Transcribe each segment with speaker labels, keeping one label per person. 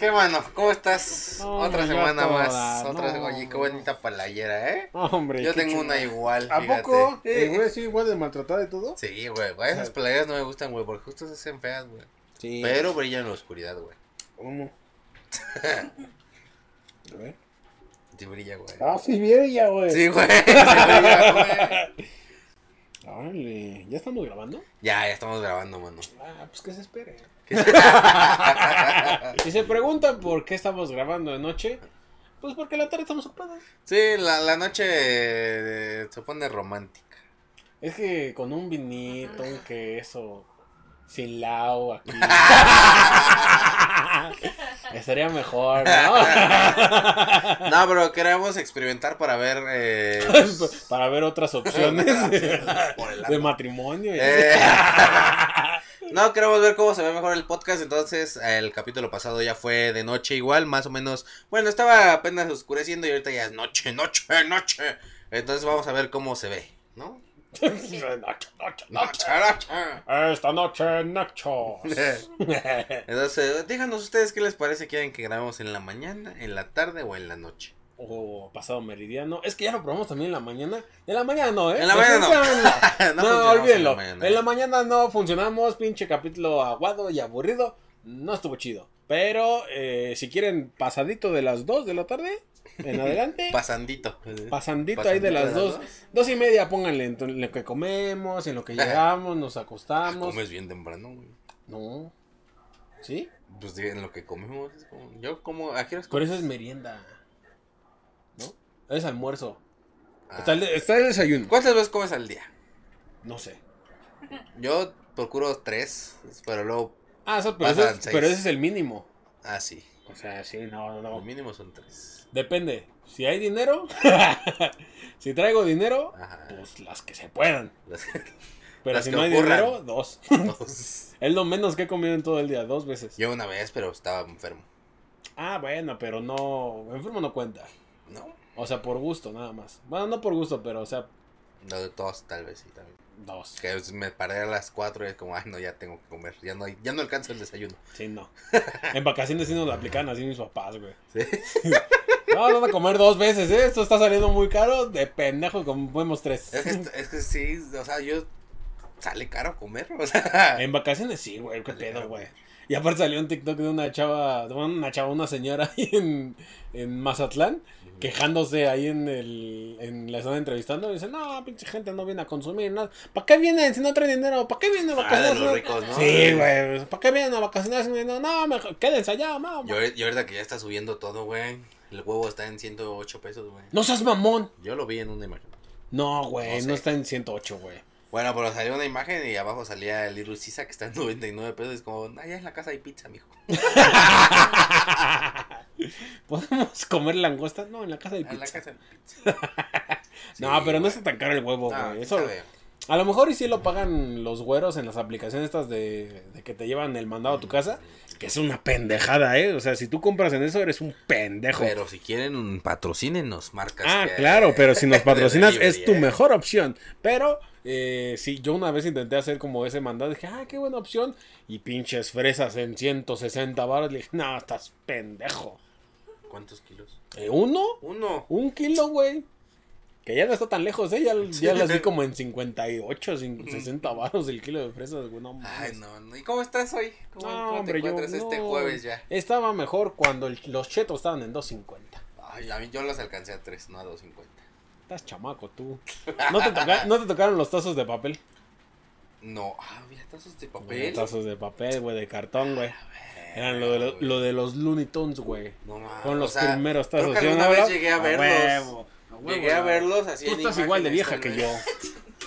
Speaker 1: hermano, ¿cómo estás?
Speaker 2: Hombre,
Speaker 1: otra
Speaker 2: yo
Speaker 1: semana
Speaker 2: toda,
Speaker 1: más. Otra
Speaker 2: no.
Speaker 1: Oye, qué bonita palayera, ¿eh?
Speaker 2: Hombre,
Speaker 1: Yo
Speaker 2: qué
Speaker 1: tengo una
Speaker 2: chingada.
Speaker 1: igual.
Speaker 3: ¿A
Speaker 1: fíjate.
Speaker 3: poco?
Speaker 1: Sí.
Speaker 3: Eh, güey, sí, igual de maltratada y todo.
Speaker 1: Sí, güey, güey, esas playeras no me gustan, güey, porque justo se hacen feas, güey.
Speaker 2: Sí.
Speaker 1: Pero brillan en la oscuridad, güey.
Speaker 3: ¿Cómo? A ver.
Speaker 1: Sí brilla, güey.
Speaker 3: Ah, sí, bien ya, güey.
Speaker 1: Sí, güey. sí brilla, güey.
Speaker 3: Órale,
Speaker 2: ¿Ya estamos grabando?
Speaker 1: Ya, ya estamos grabando, mano.
Speaker 3: Ah, pues que se espere.
Speaker 1: Ah.
Speaker 2: Si se preguntan por qué estamos grabando de noche, pues porque la tarde estamos ocupados.
Speaker 1: Sí, la, la noche eh, se pone romántica.
Speaker 2: Es que con un vinito, un queso, sin lao aquí. Estaría mejor, ¿no?
Speaker 1: No, pero queremos experimentar para ver. eh,
Speaker 2: Para ver otras opciones
Speaker 1: Por el
Speaker 2: de
Speaker 1: ano.
Speaker 2: matrimonio. y-
Speaker 1: Eh. No, queremos ver cómo se ve mejor el podcast. Entonces, el capítulo pasado ya fue de noche, igual, más o menos. Bueno, estaba apenas oscureciendo y ahorita ya es noche, noche, noche. Entonces, vamos a ver cómo se ve, ¿no?
Speaker 2: Noche, noche,
Speaker 1: Noche,
Speaker 2: noche.
Speaker 1: noche.
Speaker 2: Esta noche, nachos.
Speaker 1: Eh. Entonces, díganos ustedes qué les parece. ¿Quieren que grabemos en la mañana, en la tarde o en la noche?
Speaker 2: o pasado meridiano. Es que ya lo probamos también en la mañana. En la mañana no, ¿eh?
Speaker 1: En la mañana no.
Speaker 2: Definitivamente
Speaker 1: No
Speaker 2: no.
Speaker 1: funcionamos
Speaker 2: no,
Speaker 1: en la
Speaker 2: olvídenlo.
Speaker 1: mañana.
Speaker 2: En la mañana no funcionamos. Pinche capítulo aguado y aburrido. No estuvo chido. Pero eh, si quieren, pasadito de las 2 de la tarde en adelante.
Speaker 1: Pasandito.
Speaker 2: pasandito, ahí de las 2. Dos y media, pónganle en to- en lo que comemos, en lo que llegamos, nos acostamos.
Speaker 1: Comes bien temprano, güey.
Speaker 2: No. ¿Sí?
Speaker 1: Pues en lo que comemos. es como- Yo como. ¿A qué horas como?
Speaker 2: Pero eso es merienda. ¿No? Es almuerzo.
Speaker 1: Ah.
Speaker 2: Está, el, está el desayuno.
Speaker 1: ¿Cuántas veces comes al día?
Speaker 2: No sé.
Speaker 1: Yo procuro tres, pero luego.
Speaker 2: Ah, eso, pero,
Speaker 1: Pasan
Speaker 2: eso es-
Speaker 1: seis.
Speaker 2: pero ese es el mínimo.
Speaker 1: Ah, sí.
Speaker 2: O sea, sí, no, no,
Speaker 1: Lo
Speaker 2: no.
Speaker 1: mínimo son tres.
Speaker 2: Depende. Si hay dinero, si traigo dinero,
Speaker 1: Ajá.
Speaker 2: pues las que se puedan.
Speaker 1: Las-
Speaker 2: Pero
Speaker 1: Las
Speaker 2: si
Speaker 1: que
Speaker 2: no hay
Speaker 1: ocurran.
Speaker 2: dinero, dos.
Speaker 1: dos.
Speaker 2: es lo menos que he comido en todo el día, dos veces.
Speaker 1: Yo una vez, pero estaba enfermo.
Speaker 2: Ah, bueno, pero no, enfermo no cuenta.
Speaker 1: No.
Speaker 2: O sea, por gusto, nada más. Bueno, no por gusto, pero, o sea,
Speaker 1: No de todos, tal vez sí, también.
Speaker 2: dos.
Speaker 1: Que es- me paré a las cuatro y es como, ay, no, ya tengo que comer. Ya no, hay- ya no alcanzo el desayuno.
Speaker 2: Sí, no. En vacaciones sí nos lo aplican así mis papás, güey.
Speaker 1: Sí.
Speaker 2: No, van a comer dos veces, ¿eh? Esto está saliendo muy caro. De pendejo, comemos tres.
Speaker 1: Es que, est- es que sí, o sea, yo. Sale caro comer, o sea.
Speaker 2: En vacaciones sí, güey, qué
Speaker 1: Sale
Speaker 2: pedo,
Speaker 1: caro
Speaker 2: güey.
Speaker 1: comer.
Speaker 2: Y aparte salió un TikTok de una chava, de una chava, una señora ahí en, en Mazatlán, quejándose ahí en el, en la están entrevistando, y dice, no, pinche gente no viene a consumir nada. ¿Para qué vienen si no traen dinero? ¿Para qué vienen a
Speaker 1: Ah, de
Speaker 2: vacacionar? si
Speaker 1: los
Speaker 2: no-
Speaker 1: ricos, ¿no?
Speaker 2: Sí, güey, ¿para qué vienen a vacacionar si no hay dinero? No, mejor, quédense allá, mamá.
Speaker 1: Yo, ahor- yo ahorita que ya está subiendo todo, güey. El huevo está en 108 pesos, güey.
Speaker 2: No seas mamón.
Speaker 1: Yo lo vi en una imagen.
Speaker 2: No, güey,
Speaker 1: No sé.
Speaker 2: no está en 108, güey.
Speaker 1: Bueno, pero salió una imagen y abajo salía el Little Sisa que está en 99 pesos. Es como, allá en la casa hay pizza, mijo.
Speaker 2: ¿Podemos comer langosta? No, en la casa de
Speaker 1: En Ah, la
Speaker 2: pizza.
Speaker 1: casa hay pizza.
Speaker 2: No,
Speaker 1: Sí,
Speaker 2: pero no
Speaker 1: güey.
Speaker 2: está tan caro el huevo,
Speaker 1: Ah,
Speaker 2: güey.
Speaker 1: está
Speaker 2: Eso,
Speaker 1: bien.
Speaker 2: a lo mejor y sí lo pagan los güeros en las aplicaciones estas de, de que te llevan el mandado a tu casa. Que es una pendejada, ¿eh? O sea, si tú compras en eso, eres un pendejo.
Speaker 1: Pero si quieren, patrocínenos, marcas.
Speaker 2: ah,
Speaker 1: que-
Speaker 2: claro, pero si nos patrocinas
Speaker 1: delivery,
Speaker 2: es tu
Speaker 1: eh.
Speaker 2: mejor opción. Pero, eh, sí, yo una vez intenté hacer como ese mandado. Dije, ah, qué buena opción. Y pinches fresas en 160 baros. Le dije, no, estás pendejo.
Speaker 1: ¿Cuántos kilos?
Speaker 2: Eh, ¿Uno?
Speaker 1: Uno.
Speaker 2: Un kilo, güey. Que ya no está tan lejos, ¿eh? Ya, ya las vi como en 58, cin- 60 baros el kilo de fresas, güey. No, mames.
Speaker 1: Ay, no, no. ¿Y cómo estás hoy? ¿Cómo,
Speaker 2: No,
Speaker 1: cómo
Speaker 2: hombre,
Speaker 1: te
Speaker 2: yo-
Speaker 1: encuentras este
Speaker 2: no.
Speaker 1: jueves ya?
Speaker 2: Estaba mejor cuando el- los chetos estaban en 2.50.
Speaker 1: Ay, a mí yo los alcancé a tres, no a 2.50.
Speaker 2: Estás chamaco, tú. ¿No te, toca- no te tocaron los tazos de papel?
Speaker 1: No, ah, mira, tazos de
Speaker 2: Los
Speaker 1: papel. Eh,
Speaker 2: tazos de papel, güey, de cartón, güey. Eran lo de, lo-
Speaker 1: güey.
Speaker 2: lo de los Looney Tunes, güey.
Speaker 1: No mames.
Speaker 2: Con los
Speaker 1: Ah, o sea,
Speaker 2: primeros tazos.
Speaker 1: Creo que
Speaker 2: ¿sí o
Speaker 1: alguna
Speaker 2: no,
Speaker 1: vez
Speaker 2: verdad?
Speaker 1: llegué a verlos.
Speaker 2: huevo, a huevo,
Speaker 1: Llegué a
Speaker 2: güey.
Speaker 1: verlos así
Speaker 2: Tú
Speaker 1: en
Speaker 2: estás igual de
Speaker 1: imágenes,
Speaker 2: vieja
Speaker 1: tal
Speaker 2: que
Speaker 1: vez.
Speaker 2: yo.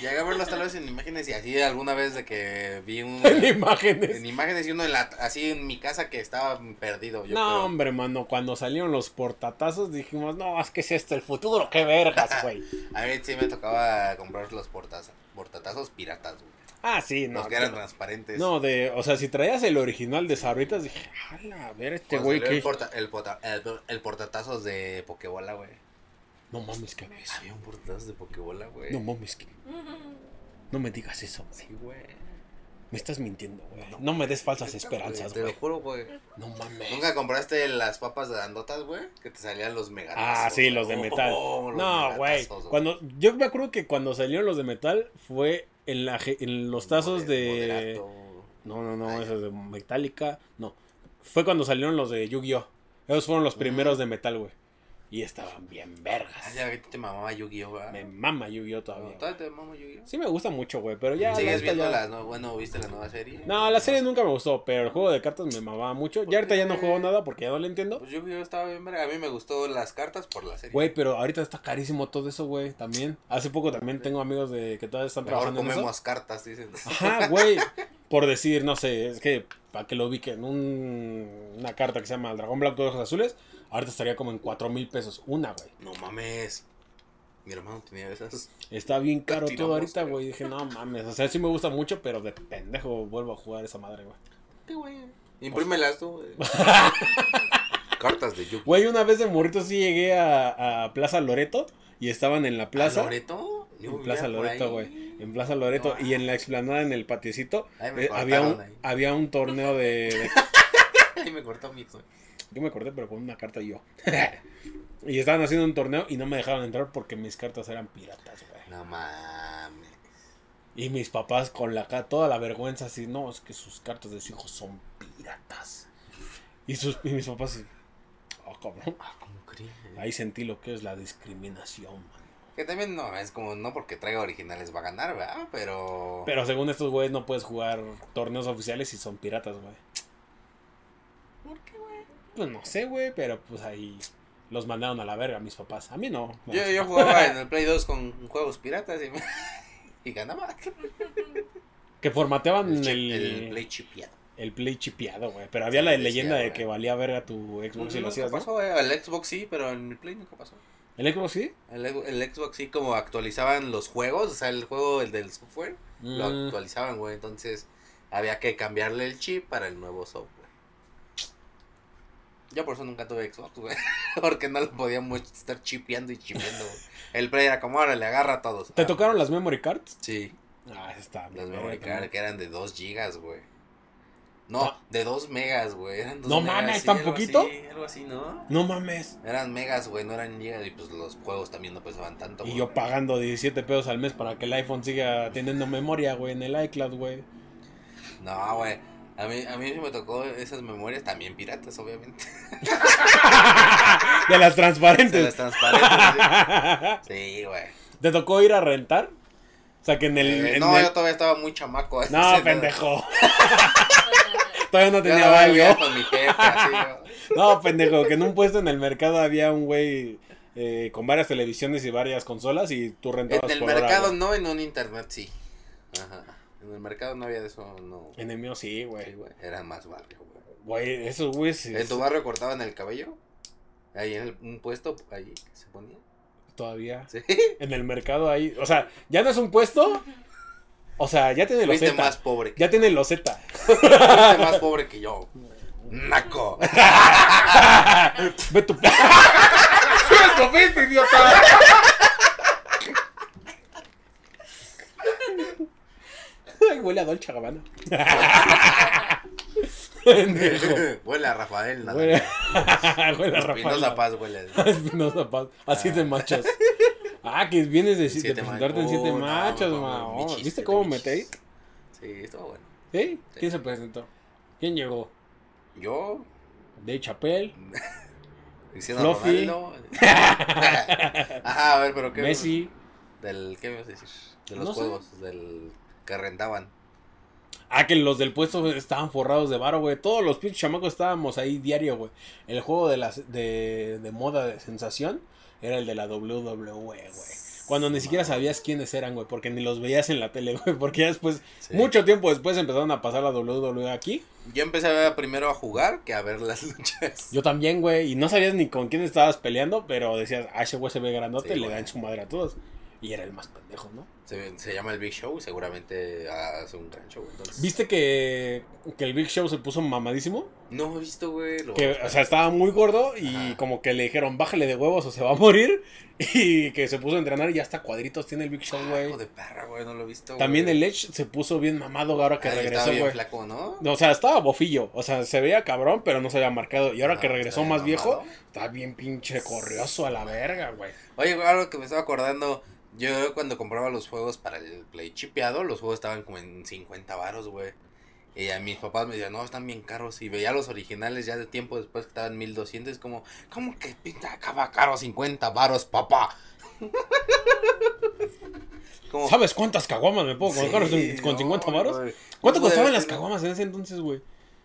Speaker 1: Llegué a verlos tal vez en imágenes y así alguna vez de que vi un...
Speaker 2: en imágenes.
Speaker 1: en imágenes y uno en la, así en mi casa que estaba perdido. Yo
Speaker 2: No,
Speaker 1: creo.
Speaker 2: hombre, mano, cuando salieron los portatazos dijimos, no, es que es esto el futuro, qué vergas, güey.
Speaker 1: A mí sí me tocaba comprar los portaza- portatazos piratas, güey.
Speaker 2: Ah, sí, no.
Speaker 1: los que eran
Speaker 2: claro.
Speaker 1: transparentes.
Speaker 2: No, de, o sea, si traías el original de Sabritas, dije, ala, a ver este
Speaker 1: Cuando
Speaker 2: güey
Speaker 1: salió
Speaker 2: que...
Speaker 1: El, porta- el, pota- el- el portatazos de Pokebola, güey.
Speaker 2: No mames, qué ves.
Speaker 1: Había un portatazo de Pokebola, güey.
Speaker 2: No mames, que... No me digas eso, güey.
Speaker 1: Sí, güey.
Speaker 2: Me estás mintiendo, güey. No me des falsas esperanzas,
Speaker 1: Te lo
Speaker 2: güey.
Speaker 1: juro, güey.
Speaker 2: No mames.
Speaker 1: ¿Nunca compraste las papas de dandotas, güey? Que te salían los megatazos.
Speaker 2: Ah, sí,
Speaker 1: güey.
Speaker 2: los de metal.
Speaker 1: Oh, los
Speaker 2: no, güey.
Speaker 1: megatazos,
Speaker 2: Cuando yo me acuerdo que cuando salieron los de metal fue en la ge- en los tazos de
Speaker 1: Moderato.
Speaker 2: No, no,
Speaker 1: Ah,
Speaker 2: no,
Speaker 1: ya.
Speaker 2: esos de Metallica, no. Fue cuando salieron los de Yu-Gi-Oh. Esos fueron los primeros de metal, güey. Y estaban bien
Speaker 1: Mm. Ah,
Speaker 2: vergas.
Speaker 1: ya, ahorita te mamaba Yu-Gi-Oh, ¿verdad?
Speaker 2: Me mama Yu-Gi-Oh todavía.
Speaker 1: No,
Speaker 2: güey.
Speaker 1: ¿Todavía te mama Yu-Gi-Oh?
Speaker 2: Sí me gusta mucho, güey, pero ya la
Speaker 1: ¿Sigues
Speaker 2: neta
Speaker 1: viendo
Speaker 2: ya-
Speaker 1: las no, bueno, viste la nueva serie?
Speaker 2: No, la serie nunca me gustó, pero el juego de cartas me mamaba mucho. Ya ahorita ya no juego nada porque ya no lo entiendo.
Speaker 1: Pues Yu-Gi-Oh estaba bien verga. A mí me gustó las cartas por la serie.
Speaker 2: Güey, pero ahorita está carísimo todo eso, güey, también. Hace poco también tengo amigos de que todavía están
Speaker 1: Mejor
Speaker 2: trabajando en eso.
Speaker 1: comemos cartas, dicen.
Speaker 2: Ajá, güey. Por decir, no sé, es que para que lo ubiquen, un- una carta que se llama El Dragón Blanco de Ojos Azules, ahorita estaría como en 4 mil pesos. Una, güey.
Speaker 1: No mames. Mi hermano tenía esas.
Speaker 2: Está bien caro
Speaker 1: La tiramos,
Speaker 2: todo ahorita,
Speaker 1: creo.
Speaker 2: güey. Dije, no mames, o sea, sí me gusta mucho, pero de pendejo vuelvo a jugar esa madre, güey.
Speaker 1: Qué güey. Imprímelas tú, güey. cartas de Yu-Gi-Oh.
Speaker 2: Güey, una vez de morrito sí llegué a, a Plaza Loreto y estaban en la plaza.
Speaker 1: ¿A Loreto? Yo
Speaker 2: En
Speaker 1: vivía
Speaker 2: Plaza
Speaker 1: por
Speaker 2: Loreto,
Speaker 1: ahí.
Speaker 2: güey. En Plaza Loreto.
Speaker 1: No,
Speaker 2: y en la explanada, en el patiecito,
Speaker 1: Ahí me
Speaker 2: eh, había, un,
Speaker 1: cortaron ahí.
Speaker 2: había un torneo de... de-
Speaker 1: Ay, me cortó mi hijo.
Speaker 2: Yo me corté, pero con una carta yo. y estaban haciendo un torneo y no me dejaban entrar porque mis cartas eran piratas, güey.
Speaker 1: No mames.
Speaker 2: Y mis papás con la ca- toda la vergüenza así, no, es que sus cartas de su hijo son piratas. Y, sus, y mis papás así, "Ah, cabrón".
Speaker 1: Ah, ¿cómo crees?
Speaker 2: Ahí sentí lo que es la discriminación, man.
Speaker 1: Que también no, es como no porque traiga originales va a ganar, ¿verdad? Pero.
Speaker 2: Pero según estos güeyes no puedes jugar torneos oficiales si son piratas, güey.
Speaker 1: ¿Por qué, güey?
Speaker 2: Pues no sé, güey, pero pues ahí los mandaron a la verga mis papás. A mí no.
Speaker 1: Yo, yo jugaba en el Play 2 con juegos piratas y, me- y ganaba.
Speaker 2: Que formateaban
Speaker 1: El,
Speaker 2: el,
Speaker 1: chip- el Play chipeado.
Speaker 2: el Play chipeado, güey. Pero había la
Speaker 1: Sí,
Speaker 2: leyenda
Speaker 1: decía,
Speaker 2: de que
Speaker 1: güey.
Speaker 2: valía verga tu Xbox y lo
Speaker 1: Nunca
Speaker 2: hacías, ¿no?
Speaker 1: pasó, güey. El Xbox sí, pero en el Play nunca pasó.
Speaker 2: ¿El Xbox sí?
Speaker 1: El, el Xbox sí, como actualizaban los juegos, o sea, el juego, el del software, lo
Speaker 2: Mm,
Speaker 1: actualizaban, güey. Entonces había que cambiarle el chip para el nuevo software. Yo por eso nunca tuve Xbox, güey. Porque no lo podíamos estar chipeando y chipeando. güey. El Play era como ahora le agarra a todos.
Speaker 2: ¿Te
Speaker 1: Ah,
Speaker 2: tocaron las memory cards?
Speaker 1: Sí,
Speaker 2: Ah, esa está.
Speaker 1: las
Speaker 2: bien,
Speaker 1: memory
Speaker 2: verga,
Speaker 1: card que eran de 2 gigas, güey. No,
Speaker 2: No.
Speaker 1: de 2 megas, güey. Eran dos
Speaker 2: No
Speaker 1: megas,
Speaker 2: mames,
Speaker 1: sí,
Speaker 2: ¿tan
Speaker 1: algo
Speaker 2: poquito?
Speaker 1: así, algo así, ¿no?
Speaker 2: No mames.
Speaker 1: Eran megas, güey, no eran gigas y pues los juegos también no pesaban tanto.
Speaker 2: Y
Speaker 1: güey.
Speaker 2: yo pagando 17 pesos al mes para que el iPhone siga teniendo memoria, güey, en el iCloud, güey.
Speaker 1: No, güey. A mí, a mí sí me tocó esas memorias también piratas, obviamente.
Speaker 2: De las
Speaker 1: Se las
Speaker 2: transparentes.
Speaker 1: transparentes. sí. Sí, güey.
Speaker 2: ¿Te tocó ir a rentar? O sea, que en el.
Speaker 1: Eh,
Speaker 2: en
Speaker 1: no,
Speaker 2: el-
Speaker 1: yo todavía estaba muy chamaco. ¿eh?
Speaker 2: No,
Speaker 1: Ese
Speaker 2: pendejo. Todavía no
Speaker 1: Yo
Speaker 2: tenía
Speaker 1: todavía vivía
Speaker 2: baño.
Speaker 1: con mi jefe, así, güey.
Speaker 2: No, pendejo, que en un puesto en el mercado había un güey eh, con varias televisiones y varias consolas y tú rentabas
Speaker 1: En el
Speaker 2: por hora,
Speaker 1: mercado
Speaker 2: güey.
Speaker 1: no, en un internet sí. Ajá. En el mercado no había de eso, no.
Speaker 2: En el mío sí,
Speaker 1: Sí,
Speaker 2: güey.
Speaker 1: güey. Era más barrio, güey.
Speaker 2: Güey, esos güeyes
Speaker 1: ¿En
Speaker 2: es-
Speaker 1: tu barrio cortaban el cabello? Ahí en el- un puesto, ahí que se ponía.
Speaker 2: todavía
Speaker 1: Sí.
Speaker 2: en el mercado ahí, o sea, ya no es un puesto. O sea, ya tiene los
Speaker 1: Fuiste
Speaker 2: Z.
Speaker 1: más pobre que
Speaker 2: Ya tiene los Z.
Speaker 1: Fuiste más pobre que yo. Naco.
Speaker 2: Ve tu Ay, huele a Dolce Gabbana. Pendejo.
Speaker 1: Huele a Rafael, nada.
Speaker 2: Huele huele a
Speaker 1: Espinosa
Speaker 2: Rafael.
Speaker 1: Paz huele.
Speaker 2: Espinosa Paz. A siete machos. Ah, que vienes de, siete
Speaker 1: Siete
Speaker 2: de presentarte en
Speaker 1: machos.
Speaker 2: siete
Speaker 1: Oh, no,
Speaker 2: machos,
Speaker 1: no,
Speaker 2: ma.
Speaker 1: no,
Speaker 2: Oh,
Speaker 1: mi chiste,
Speaker 2: ¿Viste cómo
Speaker 1: mi
Speaker 2: me te-
Speaker 1: chiste. Sí, estuvo bueno.
Speaker 2: ¿Sí?
Speaker 1: Sí.
Speaker 2: ¿Quién se presentó? ¿Quién llegó?
Speaker 1: Yo,
Speaker 2: Dave Chappelle,
Speaker 1: Cristiano
Speaker 2: Fluffy.
Speaker 1: Ronaldo. Ajá, a ver, pero qué.
Speaker 2: Messi.
Speaker 1: Del, ¿Qué me ibas a decir? De los
Speaker 2: No sé.
Speaker 1: juegos, del que rentaban.
Speaker 2: Ah, que los del puesto estaban forrados de varo, güey. Todos los pinches chamacos estábamos ahí diario, güey. El juego de, las, de, de moda de sensación era el de la WWE, güey. Cuando ni siquiera sabías quiénes eran, güey. Porque ni los veías en la tele, güey. Porque ya después,
Speaker 1: Sí.
Speaker 2: mucho tiempo después empezaron a pasar la WWE aquí.
Speaker 1: Yo empecé a ver primero a jugar que a ver las luchas.
Speaker 2: Yo también, güey. Y no sabías ni con quién estabas peleando, pero decías, ah, ese güey se ve grandote,
Speaker 1: Sí,
Speaker 2: le
Speaker 1: güey.
Speaker 2: dan su madre a todos. Y era el más pendejo, ¿no?
Speaker 1: Se, se llama el Big Show y seguramente hace un gran show. Entonces...
Speaker 2: ¿Viste que, que el Big Show se puso mamadísimo?
Speaker 1: No he visto, güey. lo-
Speaker 2: Que, o sea, estaba muy gordo y
Speaker 1: Ajá.
Speaker 2: como que le dijeron, bájale de huevos o se va a morir. Y que se puso a entrenar y ya hasta cuadritos tiene el Big Show, güey.
Speaker 1: Ah, Hijo de perra, güey, no lo he visto.
Speaker 2: También
Speaker 1: güey.
Speaker 2: el Edge se puso bien mamado ahora que
Speaker 1: Ah,
Speaker 2: regresó,
Speaker 1: Estaba bien
Speaker 2: güey.
Speaker 1: flaco, ¿no?
Speaker 2: O sea, estaba bofillo. O sea, se veía cabrón, pero no se había marcado. Y ahora
Speaker 1: Ah,
Speaker 2: que regresó
Speaker 1: estaba
Speaker 2: más viejo,
Speaker 1: mamado.
Speaker 2: está bien pinche corrioso a la verga, güey.
Speaker 1: Oye, güey, algo que me estaba acordando. Yo cuando compraba los juegos para el Play chipeado, los juegos estaban como en 50 varos, güey. Y a mis papás me decían, no, están bien caros. Y veía los originales ya de tiempo después que estaban 1200. es Como, ¿cómo que pinta acaba caro 50 varos, papá? como,
Speaker 2: ¿Sabes cuántas caguamas me puedo colocar
Speaker 1: sí,
Speaker 2: con
Speaker 1: no,
Speaker 2: 50 varos?
Speaker 1: güey. Pues, eh,
Speaker 2: ¿Cuánto
Speaker 1: No puede
Speaker 2: costaban las
Speaker 1: ser, ¿no?
Speaker 2: caguamas en ese entonces, güey?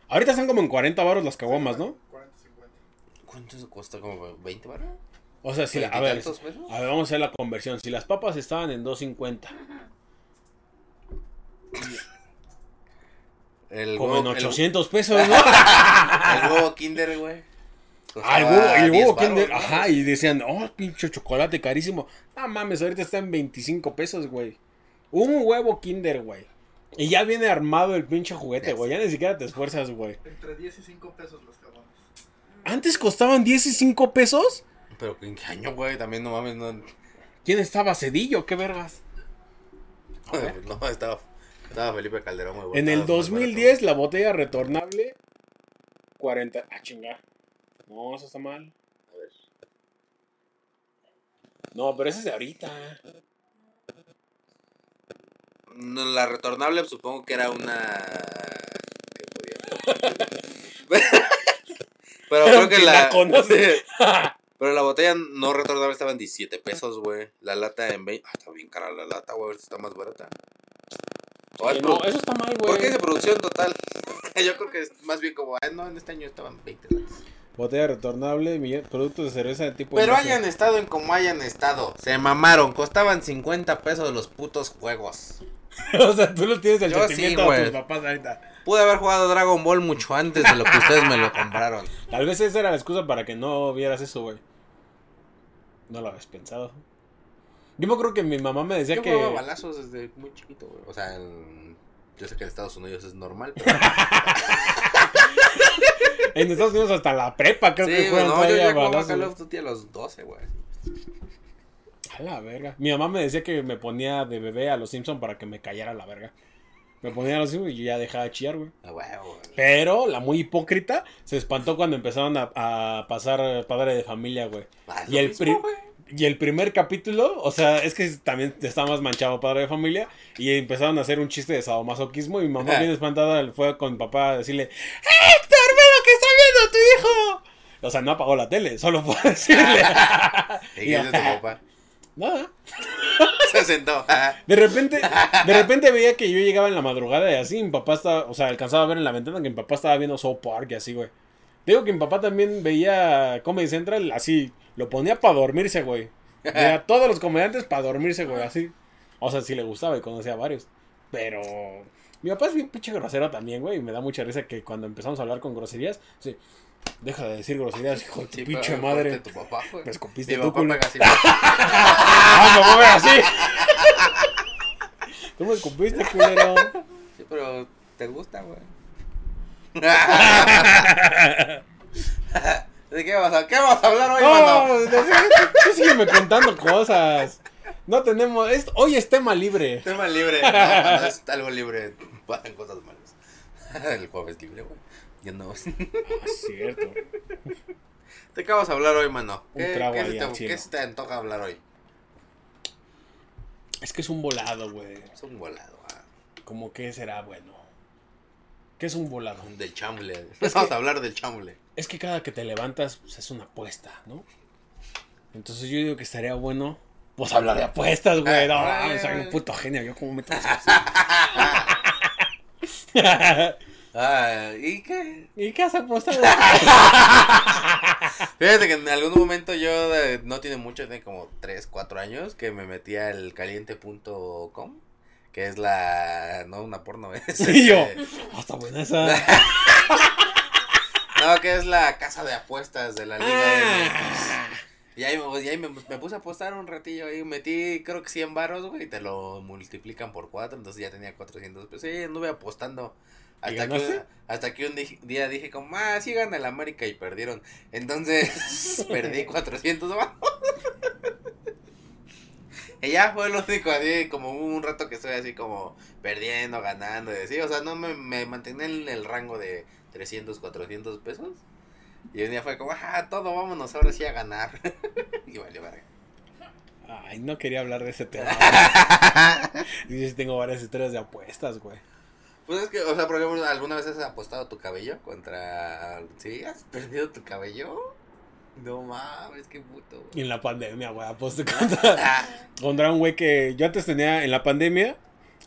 Speaker 2: Ahorita están como en 40 varos las caguamas, ¿no?
Speaker 3: 40, 50.
Speaker 1: ¿Cuánto se costó? ¿Como 20 varos?
Speaker 2: O sea, si la- a ver,
Speaker 1: ¿Veintitantos pesos?
Speaker 2: a ver, vamos a hacer la conversión. Si las papas estaban en 2.50,
Speaker 1: El
Speaker 2: como en
Speaker 1: huevo, el,
Speaker 2: 800 pesos, ¿no?
Speaker 1: el huevo Kinder, güey.
Speaker 2: Ah, el huevo, el
Speaker 1: Costaba 10
Speaker 2: huevo Kinder.
Speaker 1: varos, ¿no?
Speaker 2: Ajá, y decían, oh, pinche chocolate carísimo. No mames, ahorita está en 25 pesos, güey. Un huevo Kinder, güey. Y ya viene armado el pinche juguete, güey. Ya ni siquiera te esfuerzas, güey.
Speaker 4: Entre 10 y 5 pesos las caguamas.
Speaker 2: Antes costaban 10 y 5 pesos.
Speaker 1: Pero en qué año, güey, también no mames, no.
Speaker 2: ¿Quién estaba cedillo? ¿Qué vergas?
Speaker 1: No, estaba, estaba Felipe Calderón, güey.
Speaker 2: En el
Speaker 1: estaba muy
Speaker 2: 2010 la botella retornable 40. Ah, chinga. No, eso está mal. No, pero ese es de ahorita.
Speaker 1: barato. No, la retornable pues, supongo que era una. que podía- Pero
Speaker 2: Era
Speaker 1: creo
Speaker 2: un
Speaker 1: que la.
Speaker 2: tinaco, no sé.
Speaker 1: Pero la botella no retornable estaba en 17 pesos, güey. La lata en 20. Ah, está bien cara la lata, güey. A ver si está más barata. O es
Speaker 2: No,
Speaker 1: produ-
Speaker 2: eso está mal,
Speaker 1: ¿Por qué es
Speaker 2: güey.
Speaker 1: de producción total? Yo creo que es más bien como. Ah, no, en este año estaban 20 latas.
Speaker 2: Botella retornable, mille- productos de cerveza de tipo.
Speaker 1: Pero
Speaker 2: envase.
Speaker 1: hayan estado en como hayan estado, se mamaron, costaban 50 pesos los putos juegos.
Speaker 2: O sea, tú lo tienes el
Speaker 1: Yo sí,
Speaker 2: sentimiento a
Speaker 1: güey.
Speaker 2: tus papás ahorita.
Speaker 1: Pude haber jugado Dragon Ball mucho antes de lo que ustedes me lo compraron.
Speaker 2: Tal vez esa era la excusa para que no vieras eso, güey. No lo habías pensado. Yo me acuerdo que mi mamá me decía
Speaker 1: Yo
Speaker 2: que.
Speaker 1: jugaba balazos desde muy chiquito, güey. O sea, en- yo sé que en Estados Unidos es normal, pero...
Speaker 2: En Estados Unidos hasta la prepa, creo que
Speaker 1: sí, güey,
Speaker 2: fueron
Speaker 1: no, yo ya
Speaker 2: todavía
Speaker 1: jugaba
Speaker 2: balazos,
Speaker 1: Call
Speaker 2: güey.
Speaker 1: of Duty a los 12, güey.
Speaker 2: A la verga. Mi mamá me decía que me ponía de bebé a los Simpson para que me callara la verga. Me ponía a los Simpson y yo ya dejaba de chillar, güey.
Speaker 1: Ah, güey,
Speaker 2: Eh,
Speaker 1: güey.
Speaker 2: Pero la muy hipócrita se espantó cuando empezaron a, a pasar padre de familia, güey.
Speaker 1: Ah, es
Speaker 2: Y
Speaker 1: lo
Speaker 2: el
Speaker 1: mismo,
Speaker 2: pri-
Speaker 1: güey.
Speaker 2: Y el primer capítulo, o sea, es que también está más manchado padre de familia. Y empezaron a hacer un chiste de sadomasoquismo. Y mi
Speaker 1: Ah.
Speaker 2: mamá, bien espantada, fue con mi papá a decirle: ¡Héctor, ve lo que está viendo tu hijo! O sea, no apagó la tele, solo fue a decirle.
Speaker 1: ¿Y qué hizo tu papá?
Speaker 2: Nada.
Speaker 1: Se sentó. ah.
Speaker 2: De repente, de repente veía que yo llegaba en la madrugada y así, mi papá estaba, o sea, alcanzaba a ver en la ventana que mi papá estaba viendo South Park y así, güey. Digo que mi papá también veía Comedy Central así, lo ponía para dormirse, güey. Veía a todos los comediantes para dormirse, güey, así. O sea, sí le gustaba y conocía a varios. Pero mi papá es bien pinche grosero también, güey, y me da mucha risa que cuando empezamos a hablar con groserías, sí, deja de decir groserías, hijo de tu
Speaker 1: Sí,
Speaker 2: pinche
Speaker 1: pero
Speaker 2: madre.
Speaker 1: fuerte Tu papá, güey.
Speaker 2: Me escupiste
Speaker 1: Mi
Speaker 2: tú,
Speaker 1: papá
Speaker 2: culo.
Speaker 1: pega así.
Speaker 2: Ah, mi papá era así. Tú me escupiste, culero.
Speaker 1: Sí, pero te gusta, güey. ¿De qué vas a, qué vas a hablar hoy, mano?
Speaker 2: No, no, Oh, sí, tú sígueme contando cosas. No tenemos. es- hoy es tema libre.
Speaker 1: Tema libre. No, mano, es algo libre. Pasan cosas malas. El jueves libre, güey. Ya no.
Speaker 2: Ah, Es cierto.
Speaker 1: ¿De qué vas a hablar hoy, mano?
Speaker 2: Un
Speaker 1: ¿Qué,
Speaker 2: trago
Speaker 1: qué,
Speaker 2: ahí
Speaker 1: se,
Speaker 2: al
Speaker 1: te,
Speaker 2: cielo.
Speaker 1: ¿Qué se te antoja hablar hoy?
Speaker 2: Es que es un volado, güey.
Speaker 1: Es un volado. ah,
Speaker 2: Como que será bueno. ¿Qué es un volado?
Speaker 1: Del chamble. Vamos a hablar del chamble.
Speaker 2: Es que cada que te levantas pues, es una apuesta, ¿no? Entonces yo digo que estaría bueno. Pues hablar de apuestas, güey. No,
Speaker 1: Ah,
Speaker 2: mames, soy
Speaker 1: vale,
Speaker 2: un
Speaker 1: vale.
Speaker 2: puto genio. Yo como meto esas cosas.
Speaker 1: Ah, ¿Y qué?
Speaker 2: ¿Y qué has apostado?
Speaker 1: Fíjate que en algún momento yo, de- no tiene mucho, tiene como 3, 4 años, que me metí al caliente.com, que es la... no una porno, es...
Speaker 2: Y yo.
Speaker 1: este,
Speaker 2: Hasta buena esa.
Speaker 1: No, que es la casa de apuestas de la Liga MX.
Speaker 2: Ah.
Speaker 1: Y ahí, me- y ahí me, me puse a apostar un ratillo, ahí metí creo que 100 varos, güey, y te lo multiplican por 4, entonces ya tenía 400 pesos, y ahí anduve apostando.
Speaker 2: ¿Y
Speaker 1: Hasta que,
Speaker 2: ganaste?
Speaker 1: hasta que un di- día dije como, ah, sí gana el América y perdieron. Entonces perdí 400 varos. Y ya fue lo único, así como hubo un rato que estoy así como perdiendo, ganando, y así. O sea, no me, me mantenía en el rango de 300, 400 pesos. Y un día fue como, ah, todo, vámonos ahora sí a ganar. y vale, verga.
Speaker 2: Ay, no quería hablar de ese tema. Y Yo sí tengo varias historias de apuestas, güey.
Speaker 1: Pues es que, o sea, por ejemplo, ¿alguna vez has apostado tu cabello contra... ¿Sí? ¿Has perdido tu cabello? No mames, qué puto, Ah. güey.
Speaker 2: Y en la pandemia, güey, aposté contra, contra un güey que yo antes tenía en la pandemia.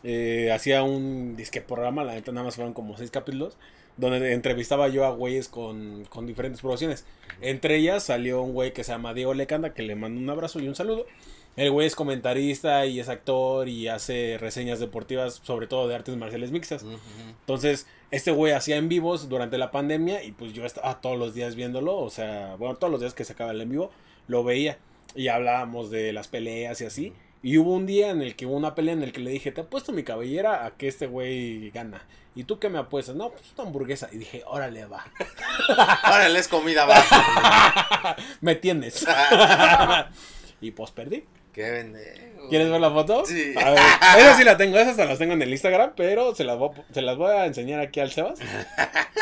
Speaker 2: eh, hacía un disque programa, la neta nada más fueron como seis capítulos. Donde entrevistaba yo a güeyes con, con diferentes profesiones. Entre ellas salió un güey que se llama Diego Lecanda, que le mando un abrazo y un saludo. El güey es comentarista y es actor y hace reseñas deportivas, sobre todo de artes marciales mixtas.
Speaker 1: Ujú.
Speaker 2: Entonces, este güey hacía en vivos durante la pandemia y pues yo estaba todos los días viéndolo, o sea, bueno, todos los días que sacaba el en vivo, lo veía y hablábamos de las peleas y así. Y hubo un día en el que hubo una pelea en el que le dije, te apuesto mi cabellera a que este güey gana. ¿Y tú qué me apuestas? No, pues una hamburguesa. Y dije, órale, va.
Speaker 1: Órale, es comida baja.
Speaker 2: Me tienes. y pues perdí.
Speaker 1: qué pendejo.
Speaker 2: ¿Quieres ver la foto?
Speaker 1: Sí.
Speaker 2: A ver, esa sí la tengo, esas hasta las tengo en el Instagram, pero se las, voy, a- se las voy a enseñar aquí al Sebas.